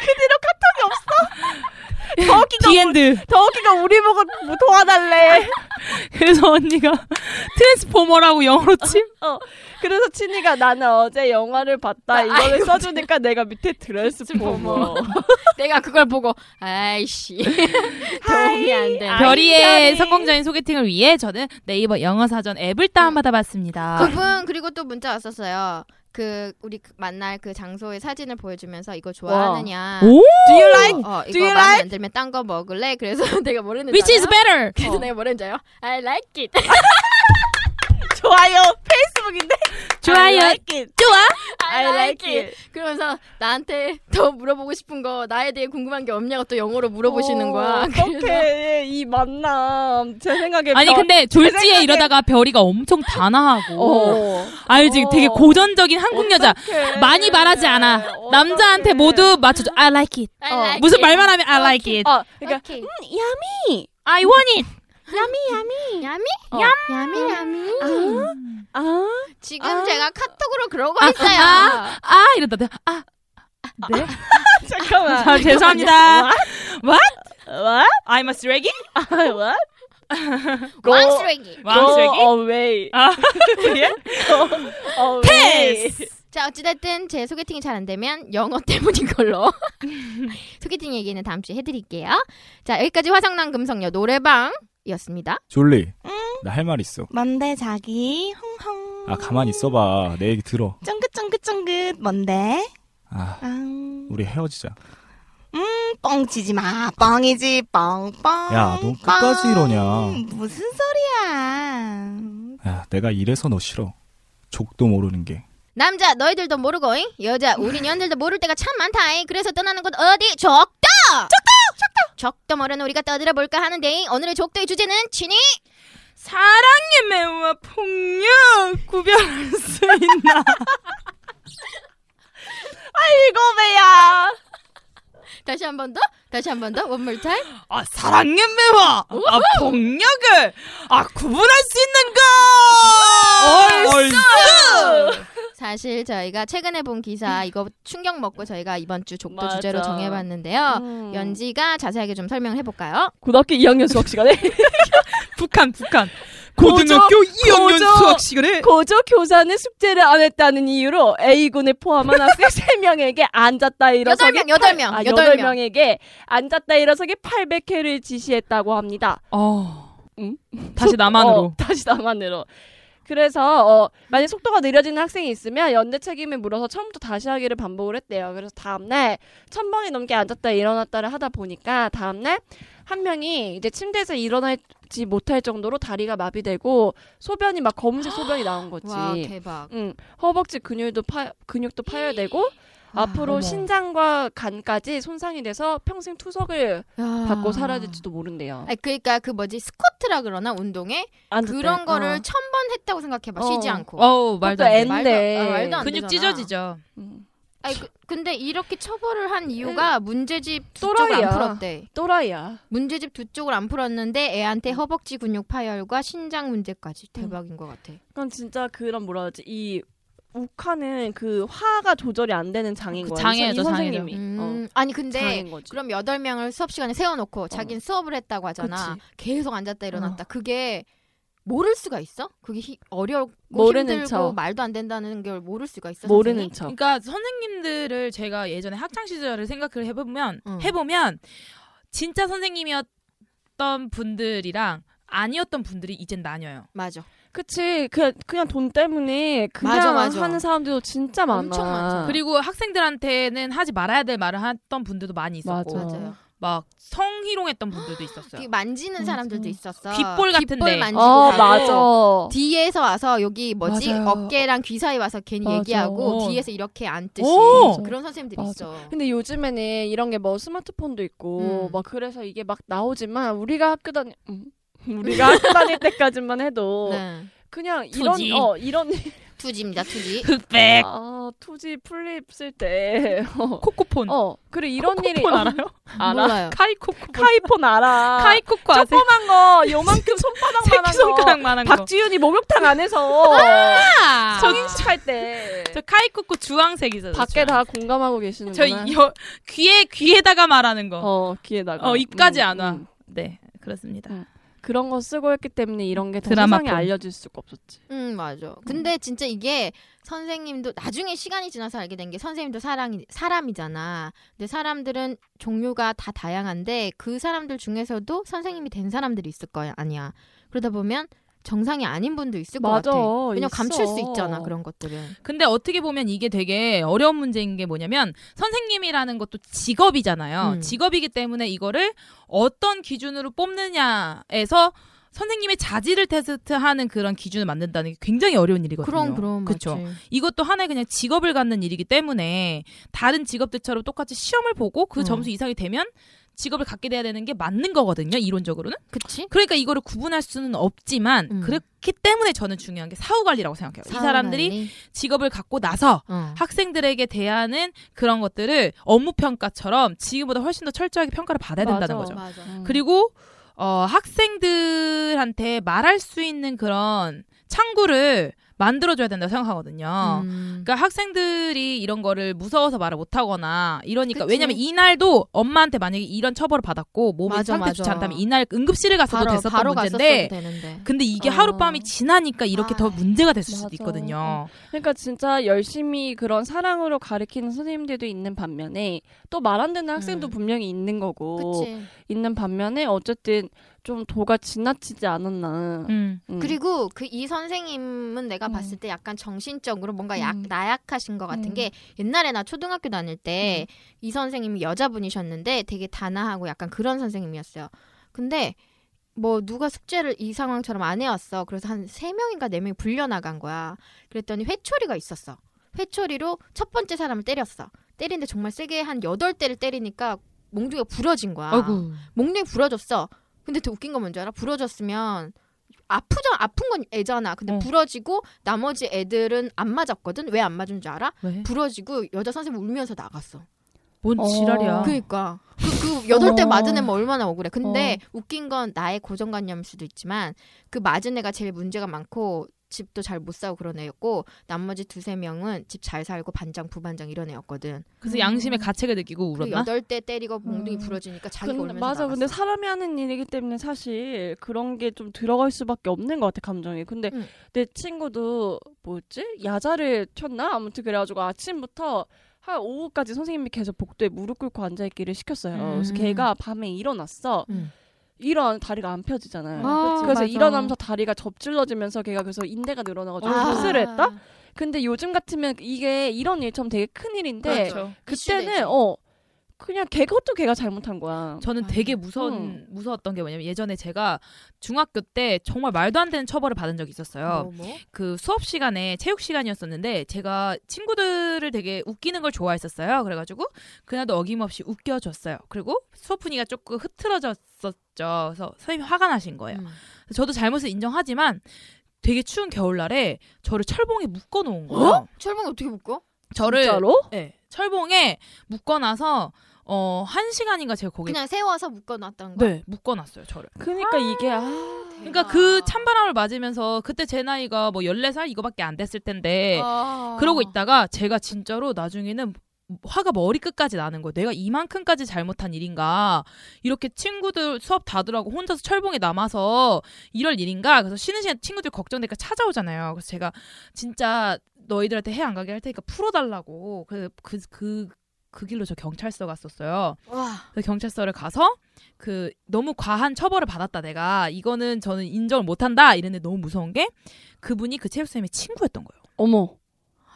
C: 그 뒤로 카톡이 없어? 더 웃기가,
A: 디엔드.
C: 더 웃기가 우리 보고 뭐 도와달래.
A: 그래서 언니가 트랜스포머라고 영어로 침.
C: 어. 그래서 친이가 나는 어제 영화를 봤다. 이거를 써주니까 내가 밑에 트랜스포머.
D: 내가 그걸 보고 아이씨 도움이 안
A: 아.
D: 돼.
A: 별이의 성공적인 소개팅을 위해 저는 네이버 영어 사전 앱을 다운받아 봤습니다.
D: 그분 그리고 또 문자 왔었어요. 그 우리 그 만날 그 장소의 사진을 보여주면서 이거 좋아하느냐.
A: 오!
C: Do you like?
D: 어,
C: Do
D: 이거
C: you
D: 마음에
C: like?
D: 안 들면 딴 거 먹을래? 그래서 내가 뭐랬는지
A: Which is
D: 알아요?
A: better?
D: 그래서 내가 뭐랬는지 알아요? I like it.
C: 좋아요. 페이스북인데.
A: 좋아요.
C: I like it.
A: 좋아.
C: I like it.
D: 그러면서 나한테 더 물어보고 싶은 거 나에 대해 궁금한 게 없냐고 또 영어로 물어보시는 거야. 그래서
C: 어떻게 이 만남 제 생각에
A: 아니
C: 별-
A: 근데 졸지에
C: 생각에-
A: 이러다가 별이가 엄청 단아하고
C: 어.
A: 알지
C: 어.
A: 되게 고전적인 한국 여자
C: 어떡해.
A: 많이 말하지 않아
C: 어떡해.
A: 남자한테 모두 맞춰줘 I like it
D: I
C: 어,
B: 아,
D: like
A: 무슨
D: it.
A: 말만 하면 I like it 음,
C: 어, 그러니까
D: 오케이.
A: I want it
D: 야미?
C: 어.
D: 야미 야미.
C: 아,
D: 음. 지금
C: 아.
D: 제가 카톡으로 그러고 있어요.
A: 아, 아 이러다 내가 아 네?
C: 잠깐만.
A: 아, 죄송합니다.
C: What? 아,
A: I'm a 쓰레기?
C: What? Go-
D: 왕 쓰레기.
A: 왕 쓰레기?
C: Go 어, away.
A: 아.
C: 예? Go away.
A: 패스!
D: 자 어찌됐든 제 소개팅이 잘 안 되면 영어 때문인 걸로 소개팅 얘기는 다음 주에 해드릴게요. 자 여기까지 화성남 금성녀 노래방이었습니다.
F: 졸리 나 할 말 있어
E: 뭔데 자기? 흥흥.
F: 아 가만히 있어봐 내 얘기 들어
E: 쫑긋쫑긋쫑긋. 뭔데?
F: 아
E: 음,
F: 우리 헤어지자
E: 뻥치지 마. 뻥이지. 뻥뻥.
F: 야, 너 끝까지
E: 뻥. 음,
F: 이러냐.
E: 무슨 소리야.
A: 아,
F: 야 내가 이래서 너 싫어 족도 모르는 게
D: 남자 너희들도 모르고잉 여자 우린 연들도 모를 때가 참 많다잉 그래서 떠나는 곳 어디 적도 적도 적도 적도 모르는 우리가 떠들어 볼까 하는데잉 오늘의 적도의 주제는 친이
A: 사랑의 매우와 폭력 구별할 수 있나
C: 아이고 배야.
D: 다시 한 번 더 다시 한 번 더 one more time
A: 아 사랑의 매와 아 폭력을 아 구분할 수 있는가 얼싸
D: 어. 사실 저희가 최근에 본 기사 이거 충격 먹고 저희가 이번 주 적도
C: 맞아.
D: 주제로 정해봤는데요
C: 음.
D: 어. 연지가 자세하게 좀 설명을 해볼까요
C: 고등학교 2학년 수업 시간에
A: 북한 북한
C: 고등학교 고조-
A: 시간에
C: 고조 교사는 숙제를 안 했다는 이유로 A군을 포함한 학생 3명에게 앉았다
D: 여덟
C: 일어서기
D: 명 여덟 명
C: 아,
D: 그렇죠. 여덟
C: 8명에게 앉았다 일어서기 800회를 지시했다고 합니다.
A: 어
C: 응?
A: 다시
C: 어,
A: 나만으로
C: 다시 나만으로. 그래서 어, 만약 속도가 느려지는 학생이 있으면 연대 책임을 물어서 처음부터 다시 하기를 반복을 했대요. 그래서 다음날 천 번이 넘게 앉았다 일어났다를 하다 보니까 다음날 한 명이 이제 침대에서 일어나지 못할 정도로 다리가 마비되고 소변이 막 검은색 소변이 나온 거지.
D: 와 대박
C: 응, 허벅지 근육도 파 근육도 파열되고
D: 아,
C: 앞으로
D: 어머.
C: 신장과 간까지 손상이 돼서 평생 투석을
D: 야.
C: 받고 살아야 될지도 모른대요.
D: 아 그러니까 그 뭐지 스쿼트라 그러나 운동에
C: 앉았다.
D: 그런 거를
C: 어.
D: 천 번 했다고 생각해봐
C: 어.
D: 쉬지 않고
A: 어우 말도
C: 그것도
A: 안 돼.
C: 엔-
D: 말도,
C: 네.
D: 아, 말도 안
A: 근육
D: 되잖아.
A: 찢어지죠
C: 음.
D: 아니, 그, 근데 이렇게 처벌을 한 이유가 문제집 두
C: 또라이야.
D: 쪽을 안 풀었대.
C: 또라이야.
D: 문제집 두 쪽을 안 풀었는데 애한테 허벅지 근육 파열과 신장 문제까지 대박인 것 같아.
C: 그건 진짜 그런 뭐라 하지 이 우카는 그 화가 조절이 안 되는 장인
A: 그
C: 거예요.
A: 장애죠,
C: 이 선생님이 어,
D: 음, 아니 근데
C: 장인 거지. 어.
D: 그럼 여덟 명을 수업 시간에 세워놓고 자기는 수업을 했다고 하잖아.
C: 그치.
D: 계속 앉았다 일어났다. 그게 모를 수가 있어? 그게 히- 어렵고
C: 모르는
D: 힘들고
C: 척.
D: 말도 안 된다는 걸 모를 수가 있어?
C: 모르는
D: 선생님?
C: 척.
A: 그러니까 선생님들을 제가 예전에 학창 시절을 생각을 해보면
D: 응.
A: 해보면 진짜 선생님이었던 분들이랑 아니었던 분들이 이젠 나뉘어요.
D: 맞아.
C: 그치 그 그냥 돈 때문에 그냥
D: 맞아, 맞아.
C: 하는 사람들도 진짜 많아.
D: 엄청
C: 어.
D: 많죠.
A: 그리고 학생들한테는 하지 말아야 될 말을 했던 분들도 많이 있었고
C: 맞아.
D: 맞아요.
A: 막 성희롱했던 분들도 있었어요.
D: 그 만지는 사람들도 있었어.
A: 귓볼 네. 같은데.
D: 귓볼
C: 음,
D: 만지고
C: 어
D: 가고.
C: 맞아.
D: 뒤에서 와서 여기 뭐지
C: 맞아요.
D: 어깨랑 귀 사이 와서 괜히
C: 맞아.
D: 얘기하고
A: 어.
D: 뒤에서 이렇게 앉듯이
A: 오!
D: 그런 선생님들이
C: 맞아.
D: 있어.
C: 근데 요즘에는 이런 게 뭐 스마트폰도 있고
D: 음.
C: 막 그래서 이게 막 나오지만 우리가 학교 다니 음, 우리가 학교 다닐 때까지만 해도
D: 네.
C: 그냥 이런
A: 투지.
C: 어 이런
D: 투지입니다, 투지.
A: 흑백.
C: 어.
G: 아, 투지 풀립 쓸때
A: 코코폰.
G: 어, 그래 이런 일이
A: 코코폰 알아요?
G: 알아.
A: 몰라요. 카이코코.
G: 카이폰 알아.
A: 카이코코 아세요?
G: 조그만 거 요만큼 손바닥만한 거.
A: 새끼손가락만한 거.
G: 박지윤이 목욕탕 안에서
A: 아!
G: 성인식 할때
A: 저 카이코코 주황색이잖아요.
G: 밖에 다 공감하고 계시는
A: 저 여, 귀에 귀에다가 말하는 거.
G: 어 귀에다가
A: 어 입까지
G: 음,
A: 안 와.
G: 음.
A: 네 그렇습니다.
G: 그런 거 쓰고 했기 때문에 이런 게 더
A: 드라마폰.
G: 세상에 알려질 수가 없었지.
D: 음 맞아. 근데 진짜 이게 선생님도 나중에 시간이 지나서 알게 된 게 선생님도 사랑이 사람이잖아. 근데 사람들은 종류가 다 다양한데 그 사람들 중에서도 선생님이 된 사람들이 있을 거야 아니야. 그러다 보면 정상이 아닌 분도 있을 것
G: 맞아,
D: 같아. 왜냐면 감출
G: 있어.
D: 수 있잖아 그런 것들은.
A: 근데 어떻게 보면 이게 되게 어려운 문제인 게 뭐냐면 선생님이라는 것도 직업이잖아요.
D: 음.
A: 직업이기 때문에 이거를 어떤 기준으로 뽑느냐에서 선생님의 자질을 테스트하는 그런 기준을 만든다는 게 굉장히 어려운 일이거든요.
D: 그럼 그럼
A: 그쵸?
D: 맞지.
A: 이것도 하나의 그냥 직업을 갖는 일이기 때문에 다른 직업들처럼 똑같이 시험을 보고 그
D: 어.
A: 점수 이상이 되면 직업을 갖게 돼야 되는 게 맞는 거거든요. 이론적으로는.
D: 그치?
A: 그러니까 이거를 구분할 수는 없지만
D: 음.
A: 그렇기 때문에 저는 중요한 게 사후 관리라고 생각해요. 이 사람들이
D: 사랑하니?
A: 직업을 갖고 나서
D: 어.
A: 학생들에게 대하는 그런 것들을 업무 평가처럼 지금보다 훨씬 더 철저하게 평가를 받아야
G: 맞아.
A: 된다는 거죠.
D: 맞아.
A: 음.
C: 음.
A: 그리고 어, 학생들한테 말할 수 있는 그런 창구를 만들어줘야 된다고 생각하거든요.
D: 음.
A: 그러니까 학생들이 이런 거를 무서워서 말을 못하거나 이러니까
D: 그치.
A: 왜냐면 이날도 엄마한테 만약에 이런 처벌을 받았고 몸이
D: 맞아,
A: 상태
D: 맞아.
A: 좋지 않다면 이날 응급실을 갔어도
D: 바로
A: 됐었던
D: 바로
A: 문제인데 그
D: 갔었어도 되는데.
A: 근데 이게
G: 어.
A: 하룻밤이 지나니까 이렇게 더
D: 아이, 어.
A: 문제가 됐을 수도
G: 맞아.
A: 있거든요.
C: 그러니까 진짜 열심히 그런 사랑으로 가르치는 선생님들도 있는 반면에 또 말 안 듣는 학생도
D: 음.
C: 분명히 있는 거고
D: 그치.
C: 있는 반면에 어쨌든 좀 도가 지나치지 않았나.
A: 음.
C: 음.
D: 그리고 그 이 선생님은 내가
C: 음.
D: 봤을 때 약간 정신적으로 뭔가 약,
C: 음.
D: 나약하신 것 같은
C: 음.
D: 게 옛날에 나 초등학교 다닐 때 이 선생님이 여자분이셨는데 되게 단아하고 약간 그런 선생님이었어요. 근데 뭐 누가 숙제를 이 상황처럼 안 해왔어. 그래서 한 세 명인가 네 명이 불려나간 거야. 그랬더니 회초리가 있었어. 회초리로 첫 번째 사람을 때렸어. 때리는데 정말 세게 한 여덟 대를 때리니까 몽둥이가 부러진 거야.
A: 아이고.
D: 몽둥이 부러졌어. 근데 더 웃긴 건 뭔지 알아? 부러졌으면 아프죠. 아픈 건 애잖아. 근데
A: 어.
D: 부러지고 나머지 애들은 안 맞았거든. 왜 안 맞은 줄 알아?
A: 왜?
D: 부러지고 여자 선생님 울면서 나갔어.
A: 뭔
C: 어.
A: 지랄이야.
C: 아.
D: 그러니까 그, 그 여덟 대
C: 어.
D: 맞은 애면 얼마나 억울해. 근데 웃긴 건 나의 고정관념일 수도 있지만 그 맞은 애가 제일 문제가 많고 집도 잘 못 사고 그런 애였고 나머지 두세 명은 집 잘 살고 반장 부반장 이런 애였거든.
A: 그래서 양심의 가책을 느끼고
D: 음. 그
A: 울었나?
D: 여덟 대 때리고 몽둥이
C: 음.
D: 부러지니까 자기가
C: 근데,
D: 울면서
C: 맞아.
D: 나갔어.
C: 근데 사람이 하는 일이기 때문에 사실 그런 게 좀 들어갈 수밖에 없는 것 같아 감정이. 근데
D: 음.
C: 내 친구도 뭐였지 야자를 쳤나 아무튼 그래가지고 아침부터 한 오후까지 선생님이 계속 복도에 무릎 꿇고 앉아 있기를 시켰어요. 그래서
D: 음.
C: 걔가 밤에 일어났어.
D: 음.
C: 일어나 다리가 안 펴지잖아요.
D: 아,
C: 그래서
D: 맞아.
C: 일어나면서 다리가 접질러지면서 걔가 그래서 인대가 늘어나가지고
D: 아.
C: 수술을 했다. 근데 요즘 같으면 이게 이런 일처럼 되게 큰 일인데
D: 그렇죠. 이슈되지.
C: 그때는 어 그냥 걔 것도 걔가 잘못한 거야.
A: 저는
D: 맞아. 어.
A: 되게 무서운
C: 음.
A: 무서웠던 게 뭐냐면 예전에 제가 중학교 때 정말 말도 안 되는 처벌을 받은 적이 있었어요.
D: 뭐, 뭐?
A: 그 수업 시간에 체육 시간이었었는데 제가 친구들을 되게 웃기는 걸 좋아했었어요. 그래가지고 그날도 어김없이 웃겨줬어요. 그리고 수업 분위기가 조금 흐트러졌었죠. 그래서 선생님이 화가 나신 거예요.
D: 음.
A: 저도 잘못을 인정하지만 되게 추운 겨울날에 저를 철봉에 묶어놓은 거예요.
D: 철봉이 어떻게 묶어?
A: 저를
C: 진짜로?
A: 네, 철봉에 묶어놔서 어, 한 시간인가 제가 거기
D: 그냥 세워서 묶어놨던 거.
A: 네, 묶어놨어요, 저를.
C: 그러니까 이게 아
A: 그러니까 그 찬바람을 맞으면서 그때 제 나이가 뭐 14살 이거밖에 안 됐을
D: 어.
A: 텐데 네.
D: 아.
A: 그러고 있다가 제가 진짜로 나중에는 화가 머리끝까지 나는 거예요. 내가 이만큼까지 잘못한 일인가. 이렇게 친구들 수업 다 들어가고 혼자서 철봉에 남아서 이럴 일인가. 그래서 쉬는 시간 친구들 걱정되니까 찾아오잖아요. 그래서 제가 진짜 너희들한테 해 안 가게 할 테니까 풀어달라고. 그래서 그, 그, 그 길로 저 경찰서 갔었어요.
D: 와.
A: 그래서 경찰서를 가서 그 너무 과한 처벌을 받았다 내가 이거는 저는 인정을 못한다 이랬는데 너무 무서운 게 그분이 그 체육쌤의 친구였던 거예요.
C: 어머.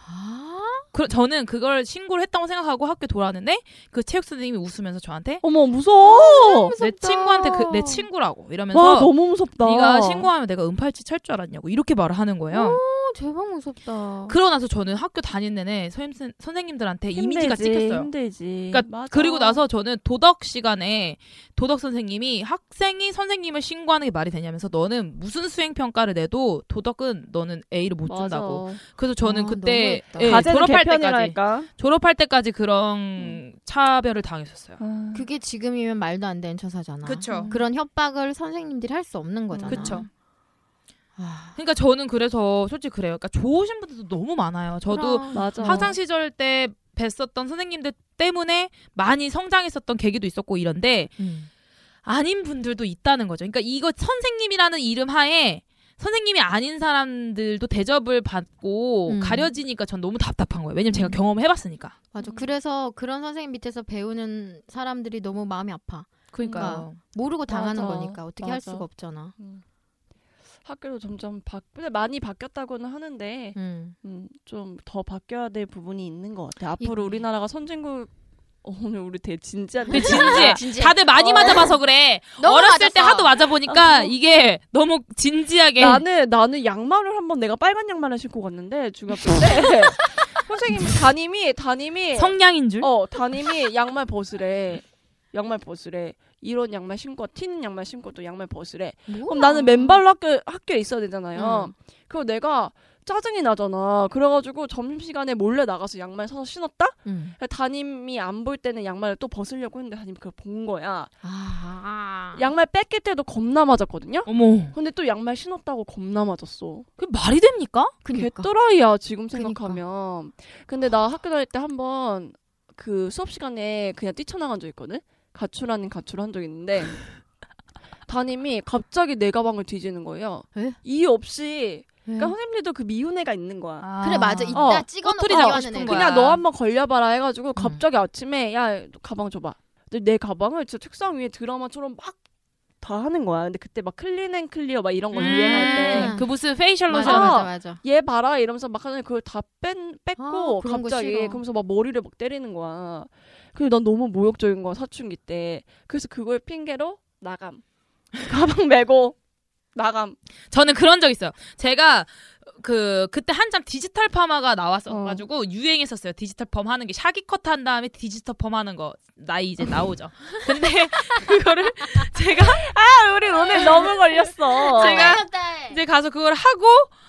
D: 아?
A: 그, 저는 그걸 신고를 했다고 생각하고 학교 돌아왔는데 그 체육 선생님이 웃으면서 저한테
C: 어머 무서워.
A: 내 친구한테 그, 내 친구라고 이러면서
C: 와 너무 무섭다.
A: 네가 신고하면 내가 은팔찌 찰 줄 알았냐고 이렇게 말을 하는 거예요.
B: 오, 제법 무섭다.
A: 그러고 나서 저는 학교 다닌 내내 선생님, 선생님들한테 이미지가
C: 어. 힘들지,
A: 찍혔어요.
C: 힘들지.
A: 그러니까
C: 맞아.
A: 그리고 나서 저는 도덕 시간에 도덕 선생님이 학생이 선생님을 신고하는 게 말이 되냐면서 너는 무슨 수행 평가를 내도 도덕은 너는 A를 못
C: 맞아.
A: 준다고. 그래서 저는
C: 아,
A: 그때
C: 너무했다.
A: 예,
C: 가제는
A: 졸업할 때까지
C: 개편이라니까.
A: 졸업할 때까지 그런 음. 차별을 당했었어요.
D: 그게 지금이면 말도 안 되는 처사잖아.
C: 음.
A: 그쵸.
D: 그런 협박을 선생님들이 할 수 없는 거잖아. 아,
A: 그쵸. 그러니까 저는 그래서 솔직히 그래요. 그러니까 좋으신 분들도 너무 많아요. 저도
D: 그럼. 맞아.
A: 학창 시절 때 뵀었던 선생님들 때문에 많이 성장했었던 계기도 있었고 이런데 아닌 분들도 있다는 거죠. 그러니까 이거 선생님이라는 이름 하에 선생님이 아닌 사람들도 대접을 받고
D: 음.
A: 가려지니까 전 너무 답답한 거예요. 왜냐면 제가 경험을 해봤으니까.
D: 맞아. 그래서 그런 선생님 밑에서 배우는 사람들이 너무 마음이 아파.
A: 그러니까요.
D: 모르고 당하는
C: 맞아.
D: 거니까 어떻게 할
C: 맞아.
D: 수가 없잖아.
C: 학교도 점점 바, 근데 많이 바뀌었다고는
A: 네.
C: 하는데
D: 음.
C: 좀 더 바뀌어야 될 부분이 있는 것 같아. 요 앞으로 우리나라가 선진국 어, 오늘 우리 되게 진지한
A: 근데 진지해. 네. 다들 많이
C: 어.
A: 맞아봐서 그래.
C: 너무
A: 어렸을 때
C: 맞았어.
A: 하도 맞아보니까
C: 어.
A: 이게 너무 진지하게.
C: 나는 나는 양말을 한번 내가 빨간 양말을 신고 갔는데 중학교 때 선생님 담임이 담임이
A: 성냥인 줄?
C: 어 담임이 양말 벗으래 양말 벗으래 이런 양말 신고 튀는 양말 신고 또 양말 벗으래 그럼 나는 맨발로 학교 학교에 있어야 되잖아요
A: 음.
C: 그리고 내가 짜증이 나잖아 그래가지고 점심시간에 몰래 나가서 양말 사서 신었다
D: 음.
C: 담임이 안 볼 때는 양말을 또 벗으려고 했는데 담임이 그걸 본 거야
D: 아.
C: 양말 뺏길 때도 겁나 맞았거든요.
A: 어머.
C: 근데 또 양말 신었다고 겁나 맞았어.
A: 그 말이 됩니까?
D: 그러니까.
C: 개또라이야 지금 생각하면. 근데 나 학교 다닐 때 한번 그 수업 시간에 그냥 뛰쳐나간 적 있거든. 가출 아닌 가출을 한 적 있는데 담임이 갑자기 내 가방을 뒤지는 거예요. 이유 없이.
D: 네.
C: 그러니까 선생님들도 그 미운 애가 있는 거야.
D: 그래, 맞아. 있다. 찍어놓고
C: 꼬투리 잡고
D: 미워하는
C: 싶은
D: 애가.
C: 거야. 그냥 너 한번 걸려봐라 해가지고 갑자기 아침에 야 너 가방 줘봐. 근데 내 가방을 진짜 책상 위에 드라마처럼 막 다 하는 거야. 근데 그때 막 클린 앤 클리어 막
D: 음.
C: 이런 거 유행할 때.
A: 그 무슨 페이셜 로션.
C: 맞아, 맞아, 맞아. 얘 봐라 이러면서 막 하는데 그걸 다 뺀, 뺐고
A: 아, 그런 거
C: 갑자기
A: 싫어.
C: 그러면서 막 머리를 막 때리는 거야. 그리고 난 너무 모욕적인 거야 사춘기 때. 그래서 그걸 핑계로 나감. 가방 메고 나감.
A: 저는 그런 적 있어요. 제가 그 그때 한참 디지털 파마가 나왔어가지고 유행했었어요. 디지털 펌 하는 게 샤기 컷 한 다음에 디지털 펌 하는 거 나이 이제 나오죠. 근데 그거를 제가 아 우리
C: 오늘 너무 걸렸어.
B: 아,
A: 제가 이제 가서 그걸 하고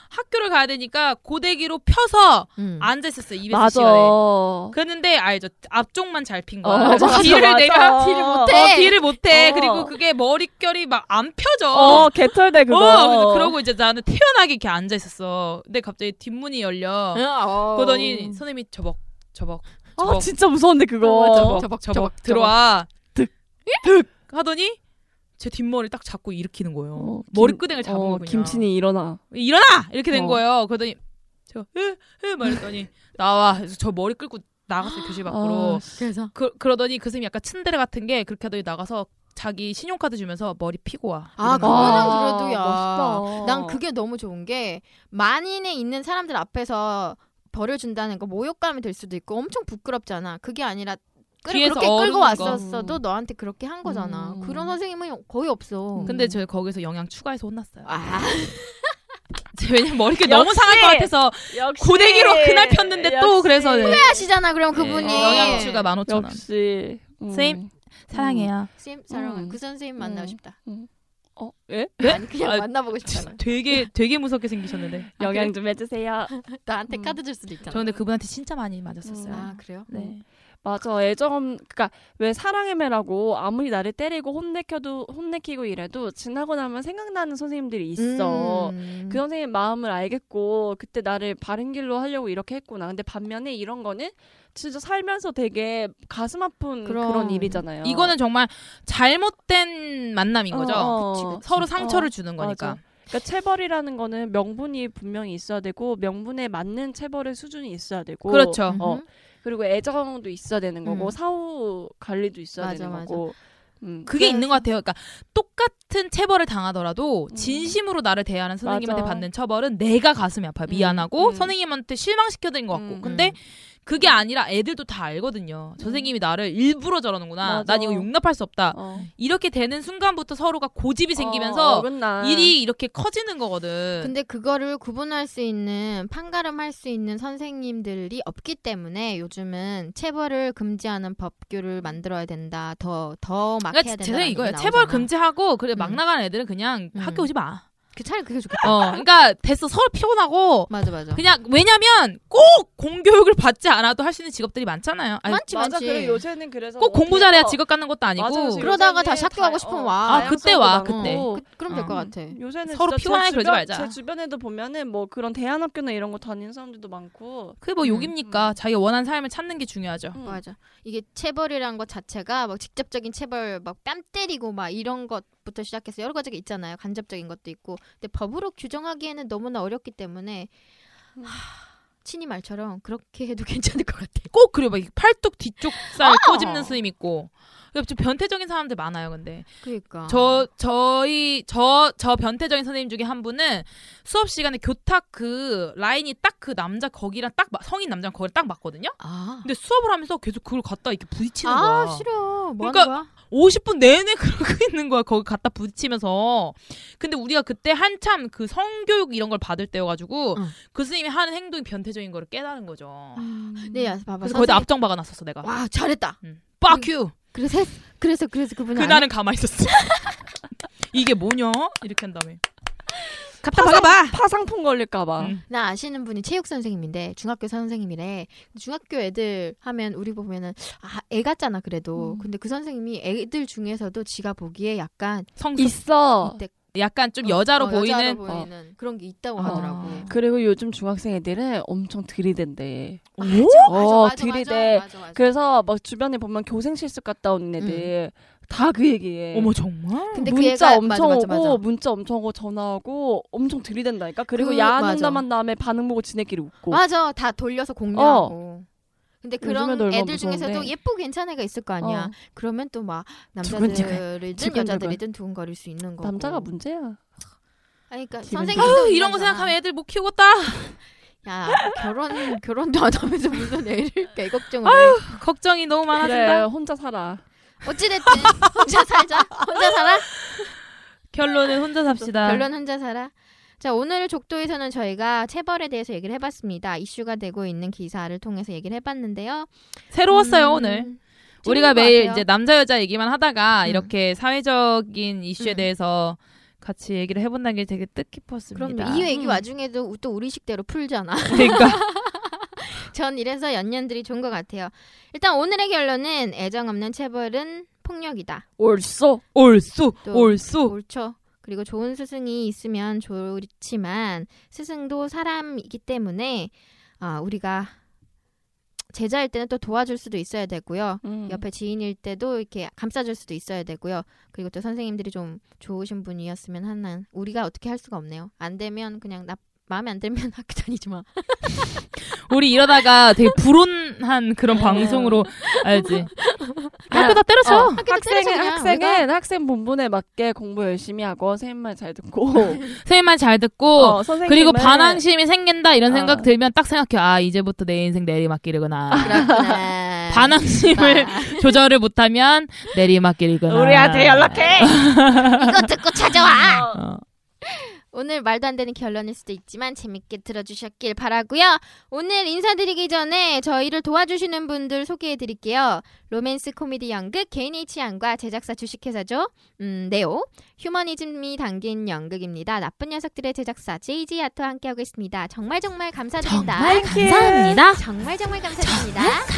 A: 학교를 가야 되니까 고데기로 펴서 앉아 있었어요. 입에
C: 음. 맞아.
A: 시간에. 그랬는데 알죠 앞쪽만 잘 핀 거야.
C: 어, 맞아,
A: 뒤를
C: 맞아.
A: 내가
C: 뒤를 못해.
A: 어, 뒤를 못해.
C: 어.
A: 그리고 그게 머릿결이 막 안 펴져.
C: 어, 개털대 그거.
A: 어, 그래서 그러고 이제 나는 태연하게 이렇게 앉아 있었어. 근데 갑자기 뒷문이 열려.
C: 어.
A: 그러더니 선생님이 저벅 저벅
C: 아 진짜 어, 무서운데 그거.
A: 저벅 저벅 저벅, 들어와. 득득 하더니 제 뒷머리를 딱 잡고 일으키는 거예요. 머리끄댕을 잡은 거군요.
C: 어, 김친이 일어나.
A: 일어나 이렇게 된
C: 어.
A: 거예요. 그러더니 제가 으으 말했더니 나와. 그래서 저 머리 끌고 나갔어요 교실 밖으로.
D: 아, 그래서
A: 그, 그러더니 그 선생님 약간 츤데레 같은 게 그렇게 하더니 나가서 자기 신용카드 주면서 머리 피고 와.
D: 아,
A: 이러는
D: 그거는
A: 거예요.
D: 그래도야.
A: 어.
D: 난 그게 너무 좋은 게 만인에 있는 사람들 앞에서 버려준다는 거 모욕감이 될 수도 있고 엄청 부끄럽잖아. 그게 아니라 끌,
A: 뒤에서
D: 그렇게 끌고
A: 어르는 거. 음.
D: 왔었어도 너한테 그렇게 한 거잖아. 그런 선생님은 거의 없어. 아,
A: 근데 저 거기서 영양 추가해서 혼났어요. 아, 왜냐면 머리가 너무
D: 역시!
A: 상할 것 같아서
D: 역시!
A: 고데기로 그날 폈는데 또 그래서 네. 어,
D: 후회하시잖아. 그럼 그분이
A: 영양 추가 15,000원. 음,
C: 역시 음.
A: 선생님 사랑해요.
D: 선생님 사랑해. 그 선생님
A: 음.
D: 만나고 싶다. 네?
C: 어? 예?
D: 아니 그냥
A: 아,
D: 만나보고 싶잖아.
A: 되게 되게 무섭게 생기셨는데.
D: 아,
C: 영양 좀 해주세요.
D: 나한테 카드 줄 수도 있잖아.
A: 음. 저 근데 그분한테 진짜 많이 맞았었어요.
D: 아 그래요?
A: 네.
C: 맞아 애정 그러니까 왜 사랑의 매라고 아무리 나를 때리고 혼내켜도 혼내키고 이래도 지나고 나면 생각나는 선생님들이 있어
A: 음.
D: 음.
C: 그 선생님 마음을 알겠고 그때 나를 바른 길로 하려고 이렇게 했구나 근데 반면에 이런 거는 진짜 살면서 되게 가슴 아픈 그런 일이잖아요
A: 이거는 정말 잘못된 만남인 거죠.
C: 어, 어.
A: 서로 상처를
C: 어,
A: 주는
C: 맞아.
A: 거니까.
C: 그러니까 체벌이라는 거는 명분이 분명히 있어야 되고 명분에 맞는 체벌의 수준이 있어야 되고
A: 그렇죠.
C: 어.
A: 음.
C: 그리고 애정도 있어야 되는 거고
A: 음.
C: 사후 관리도 있어야
A: 맞아,
C: 되는
A: 맞아.
C: 거고. 음.
A: 그게 있는 것 같아요. 그러니까 똑같은 체벌을 당하더라도 진심으로 나를 대하는 선생님한테
C: 음. 맞아. 음,
A: 받는 처벌은 내가 가슴이 아파 요 미안하고 선생님한테 실망시켜드린 것 같고 근데 그게 아니라 애들도 다 알거든요. 선생님이 나를 일부러 저러는구나.
C: 음. 맞아.
A: 난 이거 용납할 수 없다.
C: 어.
A: 이렇게 되는 순간부터 서로가 고집이
C: 어,
A: 생기면서
C: 어긋나.
A: 일이 이렇게 커지는 거거든.
D: 근데 그거를 구분할 수 있는 판가름할 수 있는 선생님들이 없기 때문에 요즘은 체벌을 금지하는 법규를 만들어야 된다. 더더 아,
A: 그러니까
D: 막해야 된다.
A: 제 생각에 이거예요. 체벌 금지하고 그래 막 나가는 애들은 그냥
D: 음.
A: 학교 오지 마.
D: 그 차라리 그게 좋겠다.
A: 어, 그러니까 됐어 서로 피곤하고
D: 맞아 맞아.
A: 그냥 왜냐면 꼭 공교육을 받지 않아도 할 수 있는 직업들이 많잖아요. 아니,
D: 많지
G: 맞아.
D: 많지.
G: 그래 요새는 그래서
A: 꼭
G: 뭐
A: 공부 잘해야
G: 그래서-
A: 직업 갖는 것도 아니고
G: 맞아요, 지금
D: 그러다가
G: 요새는
D: 다시 학교
G: 다-
D: 가고 싶으면
G: 어,
D: 와.
A: 아 그때 와
G: 다양성도
A: 그때.
D: 어, 그, 그럼 될
A: 어.
D: 것 같아.
G: 요새는
A: 서로
G: 진짜 제
A: 피곤하게 그러지
G: 주변-
A: 말자.
G: 제 주변에도 보면은 뭐 그런 대안학교나 이런 거 다니는 사람들도 많고
A: 그게 뭐 욕입니까? 자기가 원하는 삶을 찾는 게 중요하죠.
G: 음.
D: 맞아. 이게 체벌이란 것 자체가 막 직접적인 체벌, 막 뺨 때리고 막 이런 것부터 시작해서 여러 가지가 있잖아요. 간접적인 것도 있고. 근데 법으로 규정하기에는 너무나 어렵기 때문에
G: 음.
D: 하, 친이 말처럼 그렇게 해도 괜찮을 것 같아.
A: 꼭 그래 막 팔뚝 뒤쪽 살 꼬집는 스님 있고. 그러니까 좀 변태적인 사람들 많아요, 근데.
D: 그러니까.
A: 저, 저희, 저, 저 변태적인 선생님 중에 한 분은 수업 시간에 교탁 그 라인이 딱 그 남자 거기랑 딱, 마- 성인 남자랑 거기랑 딱 맞거든요?
D: 아.
A: 근데 수업을 하면서 계속 그걸 갖다 이렇게 부딪히는
D: 아,
A: 거야.
D: 싫어. 뭐
A: 그러니까-
D: 하는 거야?
A: 50분 내내 그러고 있는 거야. 거기 갖다 부딪히면서. 근데 우리가 그때 한참 그 성교육 이런 걸 받을 때여가지고
D: 응.
A: 그 스님이 하는 행동이 변태적인 거를 깨달은 거죠.
D: 네, 야, 봐봐.
A: 그래서 거기다
D: 선생님-
A: 앞정 박아놨었어, 내가.
D: 와, 잘했다.
A: Fuck you!
D: 그래서 했- 그래서 그래서 그분이 안
A: 그날은 가만히 있었어. 이게 뭐냐? 이렇게 한 다음에. 갖다 박아봐!
C: 파상풍 걸릴까봐.
A: 음.
D: 나 아시는 분이 체육 선생님인데 중학교 선생님이래. 근데 중학교 애들 하면 우리 보면은 아, 애 같잖아
C: 음.
D: 그래도. 근데 그 선생님이 애들 중에서도 지가 보기에 약간
A: 성
C: 있어.
D: 이때
A: 약간 좀 여자로
D: 어,
A: 보이는
D: 여자로 보이는 그런 게 있다고
C: 어.
D: 하더라고.
C: 그리고 요즘 중학생 애들은 엄청 들이댄대. 어,
D: 맞아, 맞아,
C: 들이대.
D: 맞아, 맞아.
C: 그래서 막 주변에 보면 교생 실습 갔다 온 애들 다 그 얘기해.
A: 음. 어머 정말?
D: 근데 그
C: 문자
D: 애가
C: 엄청
D: 맞아, 맞아, 맞아.
C: 오고 문자 엄청 오고 전화하고 엄청 들이댄다니까. 그리고
D: 그-
C: 야한
D: 맞아.
C: 농담한 다음에 반응 보고 지네끼리 웃고.
D: 맞아 다 돌려서 공유하고. 근데 그런
C: 어. 요즘에도 얼마나
D: 애들 중에서도
C: 무서운데.
D: 예쁘고 괜찮은 애가 있을 거 아니야.
C: 어.
D: 그러면 또 막
C: 두근두근,
D: 남자들이든
C: 두근두근.
D: 여자들이든 두근거릴 수 있는 거고.
C: 남자가 문제야.
D: 아니, 그러니까
C: 두근두근.
D: 선생님도
A: 이런 거
D: 인간이잖아.
A: 생각하면 애들 못 키우겠다.
D: 야 결혼 결혼도 안 하면서 무슨 애를 개 걱정을 해.
A: 걱정이 너무
C: 그래
A: 많아진다.
C: 혼자 살아.
D: 어찌됐든 혼자 살자 혼자 살아
A: 네. 결론은 혼자 삽시다.
D: 결론 혼자 살아 자 오늘 족도에서는 저희가 체벌에 대해서 얘기를 해봤습니다 이슈가 되고 있는 기사를 통해서 얘기를 해봤는데요
A: 새로웠어요
D: 음,
A: 오늘.
D: 재밌는
A: 우리가
D: 것
A: 매일
D: 같아요.
A: 이제 남자 여자 얘기만 하다가
D: 음.
A: 이렇게 사회적인 이슈에
D: 음.
A: 대해서 같이 얘기를 해본다는 게 되게 뜻깊었습니다.
D: 그럼요 이 얘기
A: 음.
D: 와중에도 우- 또 우리식대로 풀잖아
A: 그러니까
D: 전 이래서 연년들이 좋은 것 같아요 일단 오늘의 결론은 애정 없는 체벌은 폭력이다
C: 옳소.
A: 올수
D: 또
A: 올수
D: 옳죠. 그리고 좋은 스승이 있으면 좋지만 스승도 사람이기 때문에 아, 우리가 제자일 때는 또 도와줄 수도 있어야 되고요.
C: 음.
D: 옆에 지인일 때도 이렇게 감싸줄 수도 있어야 되고요. 그리고 또 선생님들이 좀 좋으신 분이었으면 하는 우리가 어떻게 할 수가 없네요. 안 되면 그냥 나 마음에 안 들면 학교 다니지 마.
A: 우리 이러다가 되게 불온한 그런 방송으로 알지. 학교 다 때려쳐.
D: 네. 어, 학교 때려서
C: 학생은
D: 그냥
C: 학생은 학생 본분에 맞게 공부 열심히 하고 선생님 말 잘 듣고
A: 선생님만 잘 듣고
C: 어, 선생님을-
A: 그리고 반항심이 생긴다 이런
C: 어.
A: 생각 들면 딱 생각해 아 이제부터 내 인생
C: 아,
A: 내리막길이구나
C: 네.
D: 그렇구나.
A: 반항심을
D: 아,
A: 조절을 못하면 내리막길이구나
C: 우리한테 연락해.
D: 이거 듣고 찾아와.
A: 어.
D: 오늘 말도 안 되는 결론일 수도 있지만 재밌게 들어주셨길 바라고요. 오늘 인사드리기 전에 저희를 도와주시는 분들 소개해드릴게요. 로맨스 코미디 연극 개인H양과 제작사 주식회사죠. 음, 네오. 휴머니즘이 담긴 연극입니다. 나쁜 녀석들의 제작사 JG 아트와 함께하고 있습니다. 정말 정말 감사드립니다.
A: 정말 감사합니다.
D: 정말 정말 감사드립니다.